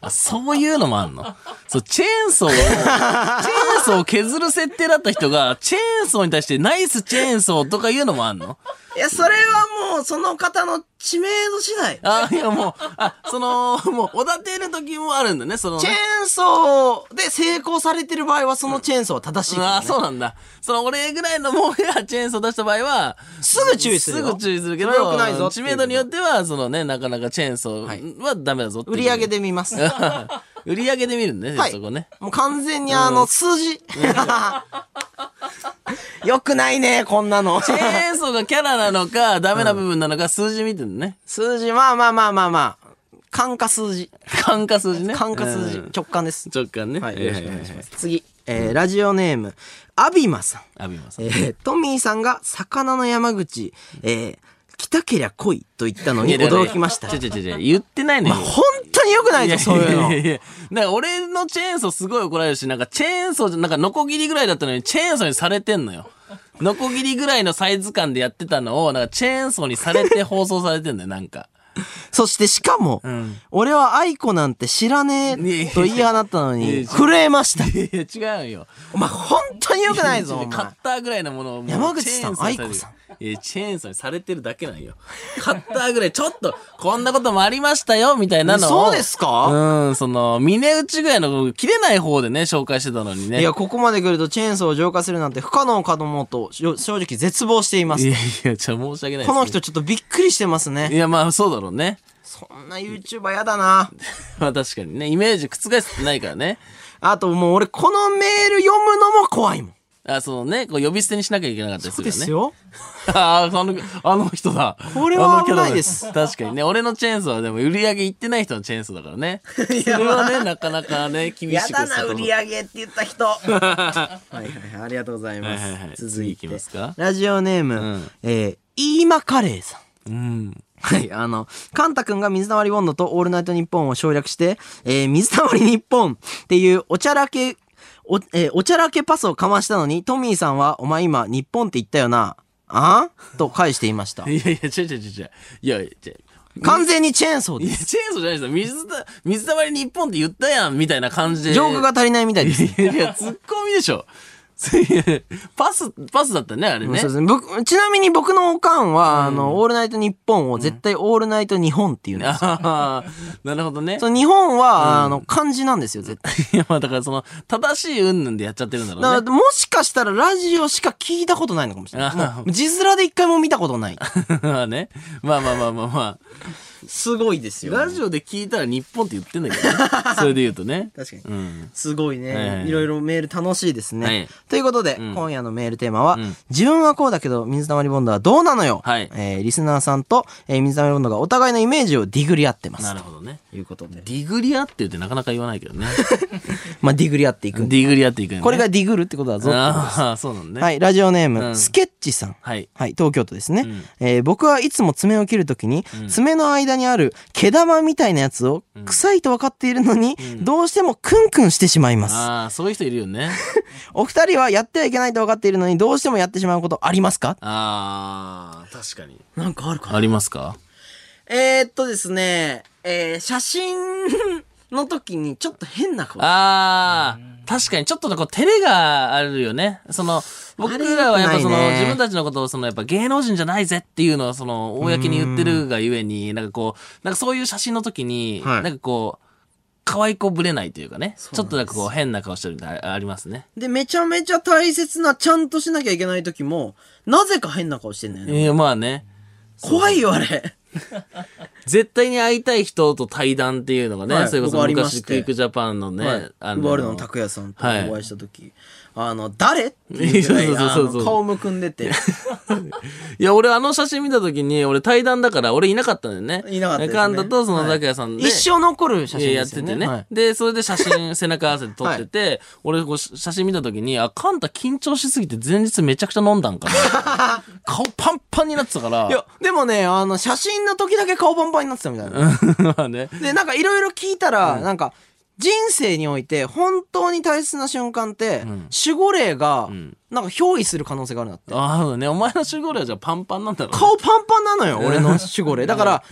あ、そういうのもあんのそう、チェーンソーを、チェーンソーを削る設定だった人が、チェーンソーに対してナイスチェーンソーとかいうのもあんの
いや、それはもう、その方の知名度次第。
あ、いやもう、あ、その、もう、おだてる時もあるんだね、そのね、
チェーンソーで成功されてる場合は、そのチェーンソーは正しいからね、
ああ、そうなんだ。その俺ぐらいのもうやチェーンソー出した場合は、
すぐ注意するよ
すぐ注意するけど、
それは良くないぞって
知
いう
名度によっては、そのね、なかなかチェーンソーはダメだぞっていう
売り上げ。で見ます。
売り上げで見るんだね、
はい
そこね。
もう完全にあの、数字。 よくないね、こんな の。
チェーンソーがキャラなのか、ダメな部分なのか、数字見てるのね。
数字、まあまあまあまあまあ。感化数字。
感化数字ね。
感化数字
うん。
直感です。
直感ね。
はい、
ええ
よろしくお願いします。次、えー、ラジオネーム、アビマさん。
アビマさん。
えー、トミーさんが魚の山口、えー、来たけりゃ来いと言ったのに驚きました
ちょ。ちょちょちょ、言ってないのよ。
本当に良くないぞ、そういうの。
やいやいやなんか俺のチェーンソーすごい怒られるし、なんかチェーンソーじゃ、なんかノコギリぐらいだったのにチェーンソーにされてんのよ。ノコギリぐらいのサイズ感でやってたのを、なんかチェーンソーにされて放送されてんだよ、なんか。
そしてしかも、
ん
俺は愛子なんて知らねえと言い放ったの
いやい
に、
や
震えました。
いや、違うよ。
お前本当に良く ないぞ、お
カ
前
ッ。ターぐらいのものをもう
山口さん
チェーンソーにれてる
愛子さ
いや、チェーンソーにされてるだけなんよ。カッターぐらい、ちょっと、こんなこともありましたよ、みたいなのを。
そうですか、
うん、その、峰打ちぐらいの、切れない方でね、紹介してたのにね。
いや、ここまで来るとチェーンソーを浄化するなんて不可能かと思うと、しょ正直絶望していま
い
す。
やいや、ちょ、申し訳ないですね
この人ちょっとびっくりしてます
い
ね。
や、まあ、そうだろうね。
そんな YouTuber やだな。
まあ、確かにね、イメージ覆せてないから ね。
あともう俺このメール読むのも怖いもん。
あ、そのね、こう、呼び捨てにしなきゃいけなかったりす
そう
るから
で
ね。
すよ。
ああ、あの、あの人だ。
これ
あ
は
のキャラだ
危ないです
確かにね、俺のチェーンソーはでも、売り上げいってない人のチェーンソーだから ね。それはね、なかなかね、厳しくしたと思う
上げって言った 人。はいはいはい、ありがとうございま
はいはいはい
す。続
次
い
行
て
きますか、
ラジオネーム、えー、イーマカレーさん。
うん。
はい、あの、カンタ君が水溜りボンドとオールナイトニッポンを省略して、えー、水溜り日本っていうおちゃらけ、お、えーおちゃらけパスをかましたのに、トミーさんは、お前今、日本って言ったよな、あんと返していました
い。やいや、違う違う違う違う。いや、違う。
完全にチェーンソー
い
で
や、
す。
チェーンソーじゃないですよ。水た、水溜り日本って言ったやん、みたいな感じで。
ジョークが足りないみたい です。
いやいや、ツッコミでしょ。いやパス、パスだったね、あれね
そう。ですね。僕、ちなみに僕のおかんは、あの、オールナイトニッポンを絶対オールナイト日本っていうんですよ。
ああ、なるほどね
そ。の日本は、あの、漢字なんですよ、絶対。
いや、まあだからその、正しい云々でやっちゃってるんだろ
だか
う
ら、
ね。
もしかしたらラジオしか聞いたことないのかもしれない。
あー
もう字面で一回も見たことない。
まあね。まあまあまあまあまあ。
すごいですよ。
ラ ジオで聞いたら日本って言ってんだけどね。 それで言うとね。
確か
う
に。
ん。
すごい
はいはいは
ね。
い
いろいろメール楽しいですね。
はい
ということで、
うん
今夜のメールテーマ
う
は、
ん
自分はこうだけど、水溜りボンドはどうなのよ、
はい
えーリスナーさんと、えー水溜りボンドがお互いのイメージをディグり合ってます。
なるほどね。
ということで。
ディグリアって言ってなかなか言わないけど ね。
まあ、ディグり合っていく
デ。ィグリアっていくよね。
これがディグるってことだぞってことです。
ああ、そうなんね。。
はいい、ラジオネーム、
うん
スケッチさん。
はい。
はい、東京都ですね、
うん
えー僕はいつも爪を切るときに、爪の間にある毛玉みたいなやつを臭いと分かっているのに、どうしてもクンクンしてしまいます。
ああ、そういう人いるよね。
お二人はやってはいけないと分かっているのにどうしてもやってしまうことありますか
ああ、確かに。
なんかあるか
ありますか
えー、っとですね、えー写真の時にちょっと変な顔。
ああ、確かにちょっとねこう照れがあるよね。その、僕らはやっぱその、
あれ良くないね
自分たちのことをその、やっぱ芸能人じゃないぜっていうのをその、公に言ってるがゆえに、なんかこう、なんかそういう写真の時に、
はい
なんかこう、可愛い子ぶれないというかね。ちょっとなんかこう変な顔してるみたいなありますね。
で、めちゃめちゃ大切な、ちゃんとしなきゃいけない時も、なぜか変な顔してんだよね。
いや、まあね。
怖いよ、あれ。
絶対に会いたい人と対談っていうのがね、
はい
それこそ
僕ありまし
昔
て
クイックジャパンのね、
はい、
あ
ワールドの拓也さんとお
はい
会いした時、あの、誰っていうぐら
そう
い
そう
あ
そうそう
の顔むくん でて。
いや、俺あの写真見た時に、俺対談だから俺いなかったんだよね。
いなかったですね
カンタとその拓也さんで。
一生残る写真
や
で
っ
す
て
よ
て
ね。
ね、
はい
で、それで写真、背中合わせて撮ってて、俺こうし写真見た時に、あ、カンタ緊張しすぎて前日めちゃくちゃ飲んだんか な。顔パンパンになってたから。
いや、でもね、あの、写真の時だけ顔パンパンになってたみたいな。
まあね。
で、なんかいろいろ聞いたら、なんか、人生において本当に大切な瞬間って、守護霊が、なんか憑依する可能性があるんだって。
ああ、ね、お前の集合量はじゃあパンパンなんだろうね、
顔パンパンなのよ、俺の守護霊。だから、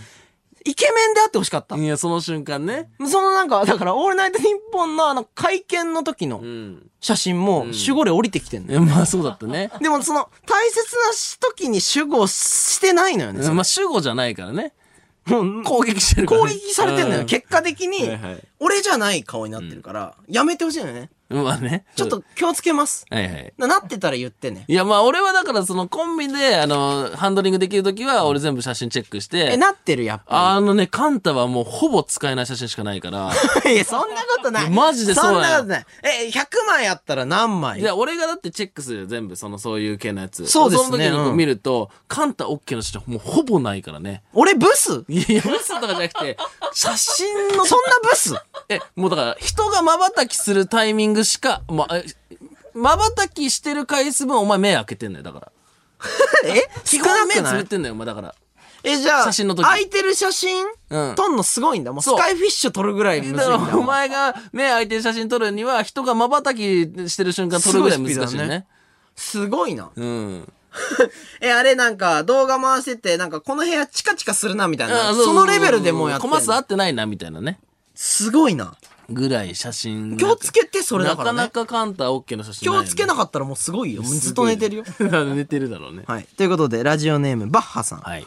イケメンであってほしかった。
いや、その瞬間ね。
そのなんか、だから、オールナイトニッポンのあの、会見の時の
うん。
写真も、守護霊降りてきてんの
い
よ。
やまあそうだったね。
でもその、大切な時に守護してないのよね。それ
まあ主語じゃないからね。
もう
攻撃してるから
攻
ね、
撃されてんの
う
よ。結果的に
はいはい、
俺じゃない顔になってるから、やめてほしいのよね。
まあね。
ちょっと。気をつけます。
はいはい。
ななってたら言ってね。
いや、まあ、俺はだから、そのコンビで、あの、ハンドリングできるときは、俺全部写真チェックして。
え、なってるやっ ぱ
あのね、カンタはもうほぼ使えない写真しかないから。
り。いや、そんなことない。
マジでそうな
そ
んの
なことない。え、100枚あったら何枚
いや、俺がだってチェックするよ、全部、その、そういう系のやつ。
そうですね
その時にこう
うん
見ると、カンタ OK の写真もうほぼないからね。
俺ブス
いやいや、嘘とかじゃなくて、 写真の、
そんなブ ス
え、もうだから、人が瞬きするタイミングしか、ま、え瞬きしてる回数分、お前目開けてんのよ、だから。
え
基
少
本
な
目
く
つぶ
な
っ
い
てんのよ、お前だから。
え、じゃあ、
写真の時
空いてる写真
うん
撮んのすごいんだ。もうス
そう
カイフィッシュ撮るぐらいむずいん
だ
だ
からお
わ。
前が目開いてる写真撮るには人が瞬きしてる瞬間撮るぐらい難しい
すごいスピード
ね
だねすごいな。
うん
え、あれなんか動画回してて、なんかこの部屋チカチカするなみたいな。
あ
そのレベルでもうやって
コ
ん
マ
の
数合ってないなみたいなね
すごいな。
ぐらい写真
気をつけて、それ
な
だから
かな
ね。
かカンタ OK の写真
気をつけな
く
かったらもうすごいよ。もうずっと寝てるよ。
寝てるだろうね
はい。ということで、ラジオネーム、バッハさん。
はい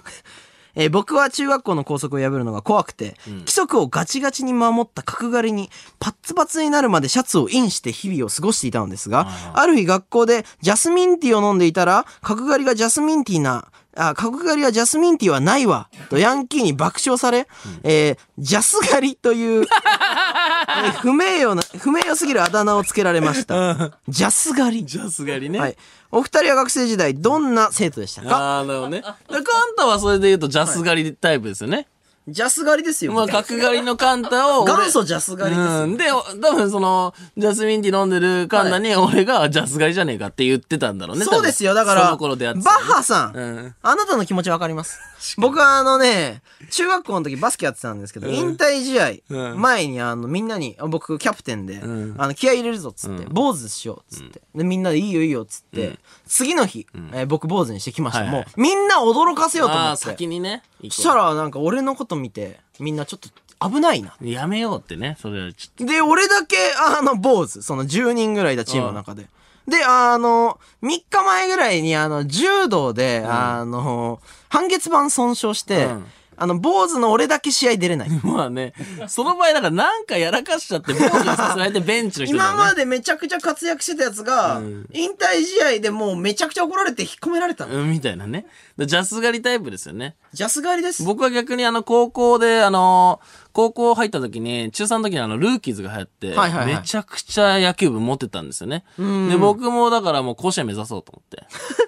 えー僕は中学校の校則を破るのが怖くて、規則をガチガチに守った角刈りに、パッツパツになるまでシャツをインして日々を過ごしていたのですが、ある日学校でジャスミンティーを飲んでいたら、角刈りがジャスミンティーな、あ、角刈りはジャスミンティーはないわ、とヤンキーに爆笑され、えージャス刈りという、 えー不名誉な、不名誉すぎるあだ名をつけられました。ジャス刈り。
じゃあすがりね、
はい。お二人は学生時代、どんな生徒でしたか
ああ、なるほどね。だからカンタはそれで言うと、ジャス狩りタイプですよね。
ジャス狩りですよ。
まあ、角狩りのカンタを俺。
元祖ジャス狩りですよ
うん。で、お多分その、ジャスミンティー飲んでるカンナに、俺がジャス狩りじゃねえかって言ってたんだろうね。
そうですよ。だから、
その頃出会って
バッ
たね
ハさん,、
うん
あなたの気持ちわかります。僕はあのね、中学校の時バスケやってたんですけど、引退試合
うん
前にあのみんなに、あ僕キャプテンで、
ん
あの気合い入れるぞっつって、坊主しようっつって、で、みんなでいいよいいよっつって、次の日、えー僕坊主にしてきました。
はいはい
もうみんな驚かせようと
あ
思
あ、
って。
先にね。そ
そしたらなんか俺のこと見て、みんなちょっと危ないな。
やめようってね、それはちょっ
で、俺だけ、あの、坊主。その10人ぐらいだ、チームの中で。で、あの、3日前ぐらいに、あの、柔道で、あの、半月板損傷して、
うん
あの、坊主の俺だけ試合出れない。
まあね、その場合なんかなんかやらかしちゃって、坊主にさせられてベンチの人だ
今
よね。
までめちゃくちゃ活躍してたやつが、引退試合でもうめちゃくちゃ怒られて引っ込められたの。
うんみたいなね。でジャス狩りタイプですよね。
ジャス狩りです。
僕は逆にあの高校で、あの、高校入った時に、中3の時にあの、ルーキーズが流行って、
はいはいはい
めちゃくちゃ野球部持ってたんですよね。で、僕もだからもう甲子園目指そうと思って。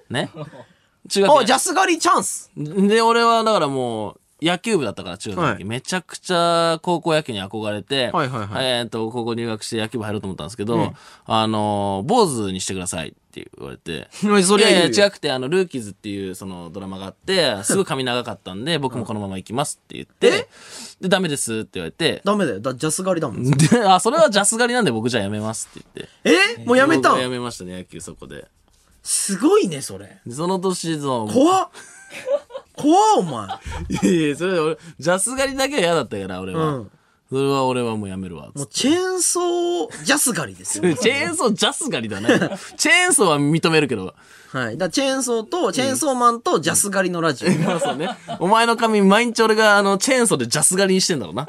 ね。中学
お、ジ
年
ャス狩りチャンス
で、俺はだからもう、野球部だったから中学の時、
はい
めちゃくちゃ高校野球に憧れて、
はいはいはい
えっ、と、高校入学して野球部入ろうと思ったんですけど、あの、坊主にしてくださいって言わ れて、
そ
いやいや違
う。
くて、あの、ルーキーズっていうそのドラマがあって、すごい髪長かったんで、僕もこのまま行きますって言って、で、ダメですって言われて、
ダメだよ。だジャス狩りだもん。
で、あ、それはジャス狩りなんで僕じゃあやめますって言って。
えもうやめた
僕はや
ん
めましたね、野球そこで。
すごいね、それ。
でその年の、
怖っ。怖っ、お前。
いやいや、それ俺、ジャス狩りだけは嫌だったから、俺は。
うん
それは俺はもうやめるわ。つ
も
っ
うチェーンソー、ジャス狩りですよ
て。 チェーンソー、ジャス狩りだね。チェーンソーは認めるけど。
はい。だチェーンソーと、チェーンソーマンとジャス狩りのラジ
まあそうね。お前の髪、毎日俺が、あの、チェーンソーでジャス狩りにしてんだろうな。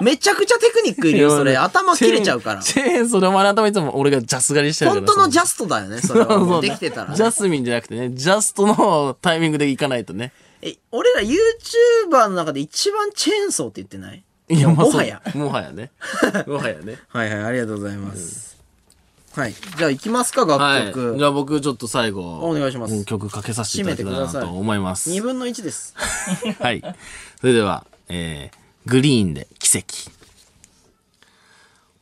オ。めちゃくちゃテクニックいる よ、それ。頭切れちゃうから。
チェーンチェーンソーでお前の頭いつも俺がジャス狩りしてるから
本当のジャストだよね、そ れは。もう
ね
できてたら
ジ
ね。
ャスミンじゃなくてね、ジャストのタイミングで行かないとね。
え、俺ら YouTuber の中で一番チェーンソーって言ってない
いや、まあそう
もはや。
もはや ね。もはやね。
はいはい、ありがとうございます。はい。じゃあ行きますか、
は
楽
い。
曲。
じゃあ僕ちょっと最後、
お願いします
うん曲かけさせていただきたい
締め
な
てください
と思います。
2分の1です。
はい。それでは、えー、グリーンで奇跡。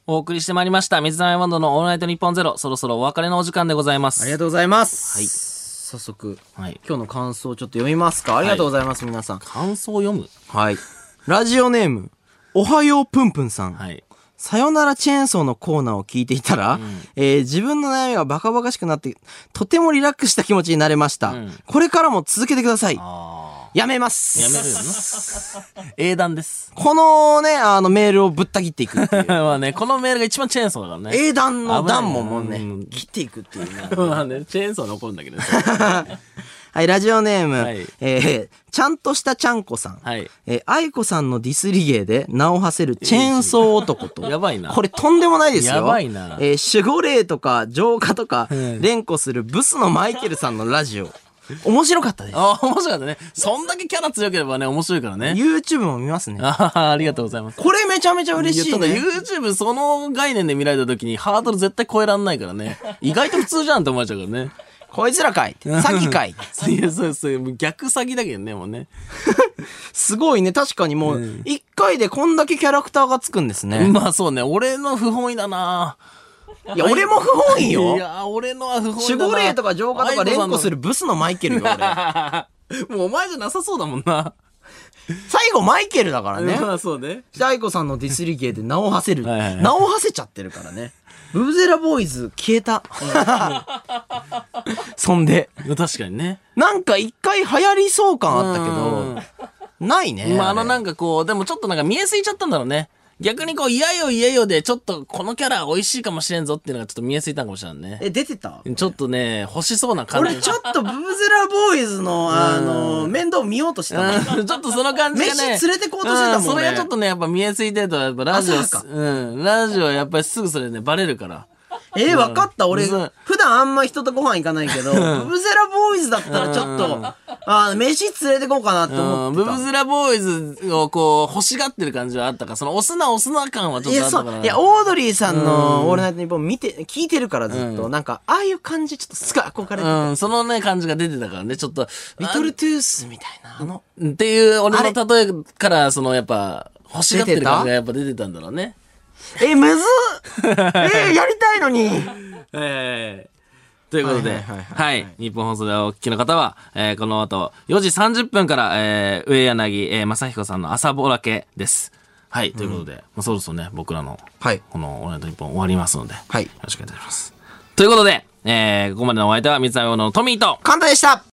お送りしてまいりました。水溜りボンドのオールナイトニッポンゼロ。そろそろお別れのお時間でございます。
ありがとうございます。はい。早速、
はい
今日の感想をちょっと読みますか。ありがとうございます、皆さん。
感想を読む。
はい。ラジオネーム、おはようぷんぷんさん。
はい。
さよならチェーンソーのコーナーを聞いていたら、えー自分の悩みがバカバカしくなって、とてもリラックスした気持ちになれました。
ん
これからも続けてください。
あ
やめます。
あ。やめるよな。 英断です。。
このね、あのメールをぶった切っていくっていう
まあね、このメールが一番チェーンソーだからね。
英断の段ももう
危ないな
ね、切っていくっていうね。
まあね、チェーンソー残るんだ けどね。
はい、ラジオネーム、
はい
えーちゃんとしたちゃんこさん。
はい。
えー、愛子さんのディスリゲーで名を馳せるチェーンソー男と。
やばいな
これとんでもないですよ。
やばいな
えー守護霊とか浄化とか、
ん
連呼するブスのマイケルさんのラジオ。面白かったです。
ああ、面白かったね。そんだけキャラ強ければね、面白いからね。
YouTube も見ますね。
ああ、ありがとうございます。
これめちゃめちゃ嬉しい
や
ね。
ただ YouTube その概念で見られた時にハードル絶対超えらんないから ね。意外と普通じゃんって思われちゃうからね。
こいつらかいって。詐欺かいって。
いや、そうそう。もう逆詐欺だけどね、もうね。
すごいね。確かにもう、一回でこんだけキャラクターがつくんですね。
まあそうね、俺の不本意だない
や、 俺も不本意
い
よ。
や、俺のは不本意だ
守
な
護霊とか浄化とか連呼する。ブスのマイケルよ、俺。
愛子さんの もうお前じゃなさそうだもんな。
最後マイケルだからね。
まあそうね。
で愛子さんのディスリゲーで名を馳せる。
はいはい
名を馳せちゃってるからね。ブブゼラボーイズ消 えた。そんで。
確かにね。
なんか一回流行りそう感あったけど、ないね。
まあ、あのなん
か、
かこう、でもちょっとなんか見えすぎちゃったんだろうね。逆にこう、嫌よ嫌よで、ちょっとこのキャラ美味しいかもしれんぞっていうのがちょっと見えすぎたんかもしれんね。
え、出てた
ちょっとね、欲しそうな感じ。
俺ちょっとブブゼラボーイズの、あの、面倒見ようとしてたもん。
うんちょっとその感じがね。
飯連れてこうとしてたもんね
うそれがちょっとね、やっぱ見えすぎてると、やっぱラジオ
あそうか、
うん、ラジオはやっぱりすぐそれね、バレるから。
えー、わかった。俺、
うん
普段あんま人とご飯行かないけど、ブブゼラボーイズだったらちょっと、あー飯連れてこうかなって
う
思
ん、
って
ブ
た。
ブズラボーイズをこう、欲しがってる感じはあったから、その押すな押すな感はちょっ
い
とあ
や、
った
そ
からね、
う。いや、オードリーさんの、オールナイトニッポン見て、聞いてるからずっと、なんか、ああいう感じ、ちょっとすごい憧れて、
うん、そのね、感じが出てたからね、ちょっと。
リトルトゥースみたいな、あの、
っていう、俺の例えから、その、やっぱ、欲しがってる感じがやっぱ出てたんだろうね。
え、むずっえーやりたいの に
ええということで、
は
はいい
はいはい
日本放送でお聞きの方は、えーこの後、4時30分から、えー、上柳、えー、正彦さんの朝ぼらけです。はい、ということで、もうそろそろね、僕らの、
はい
この、オールナイト日本終わりますので、
はい
よろしくお願いいたします。ということで、えーここまでのお相手は、三つ編み女のトミーと、
簡単でした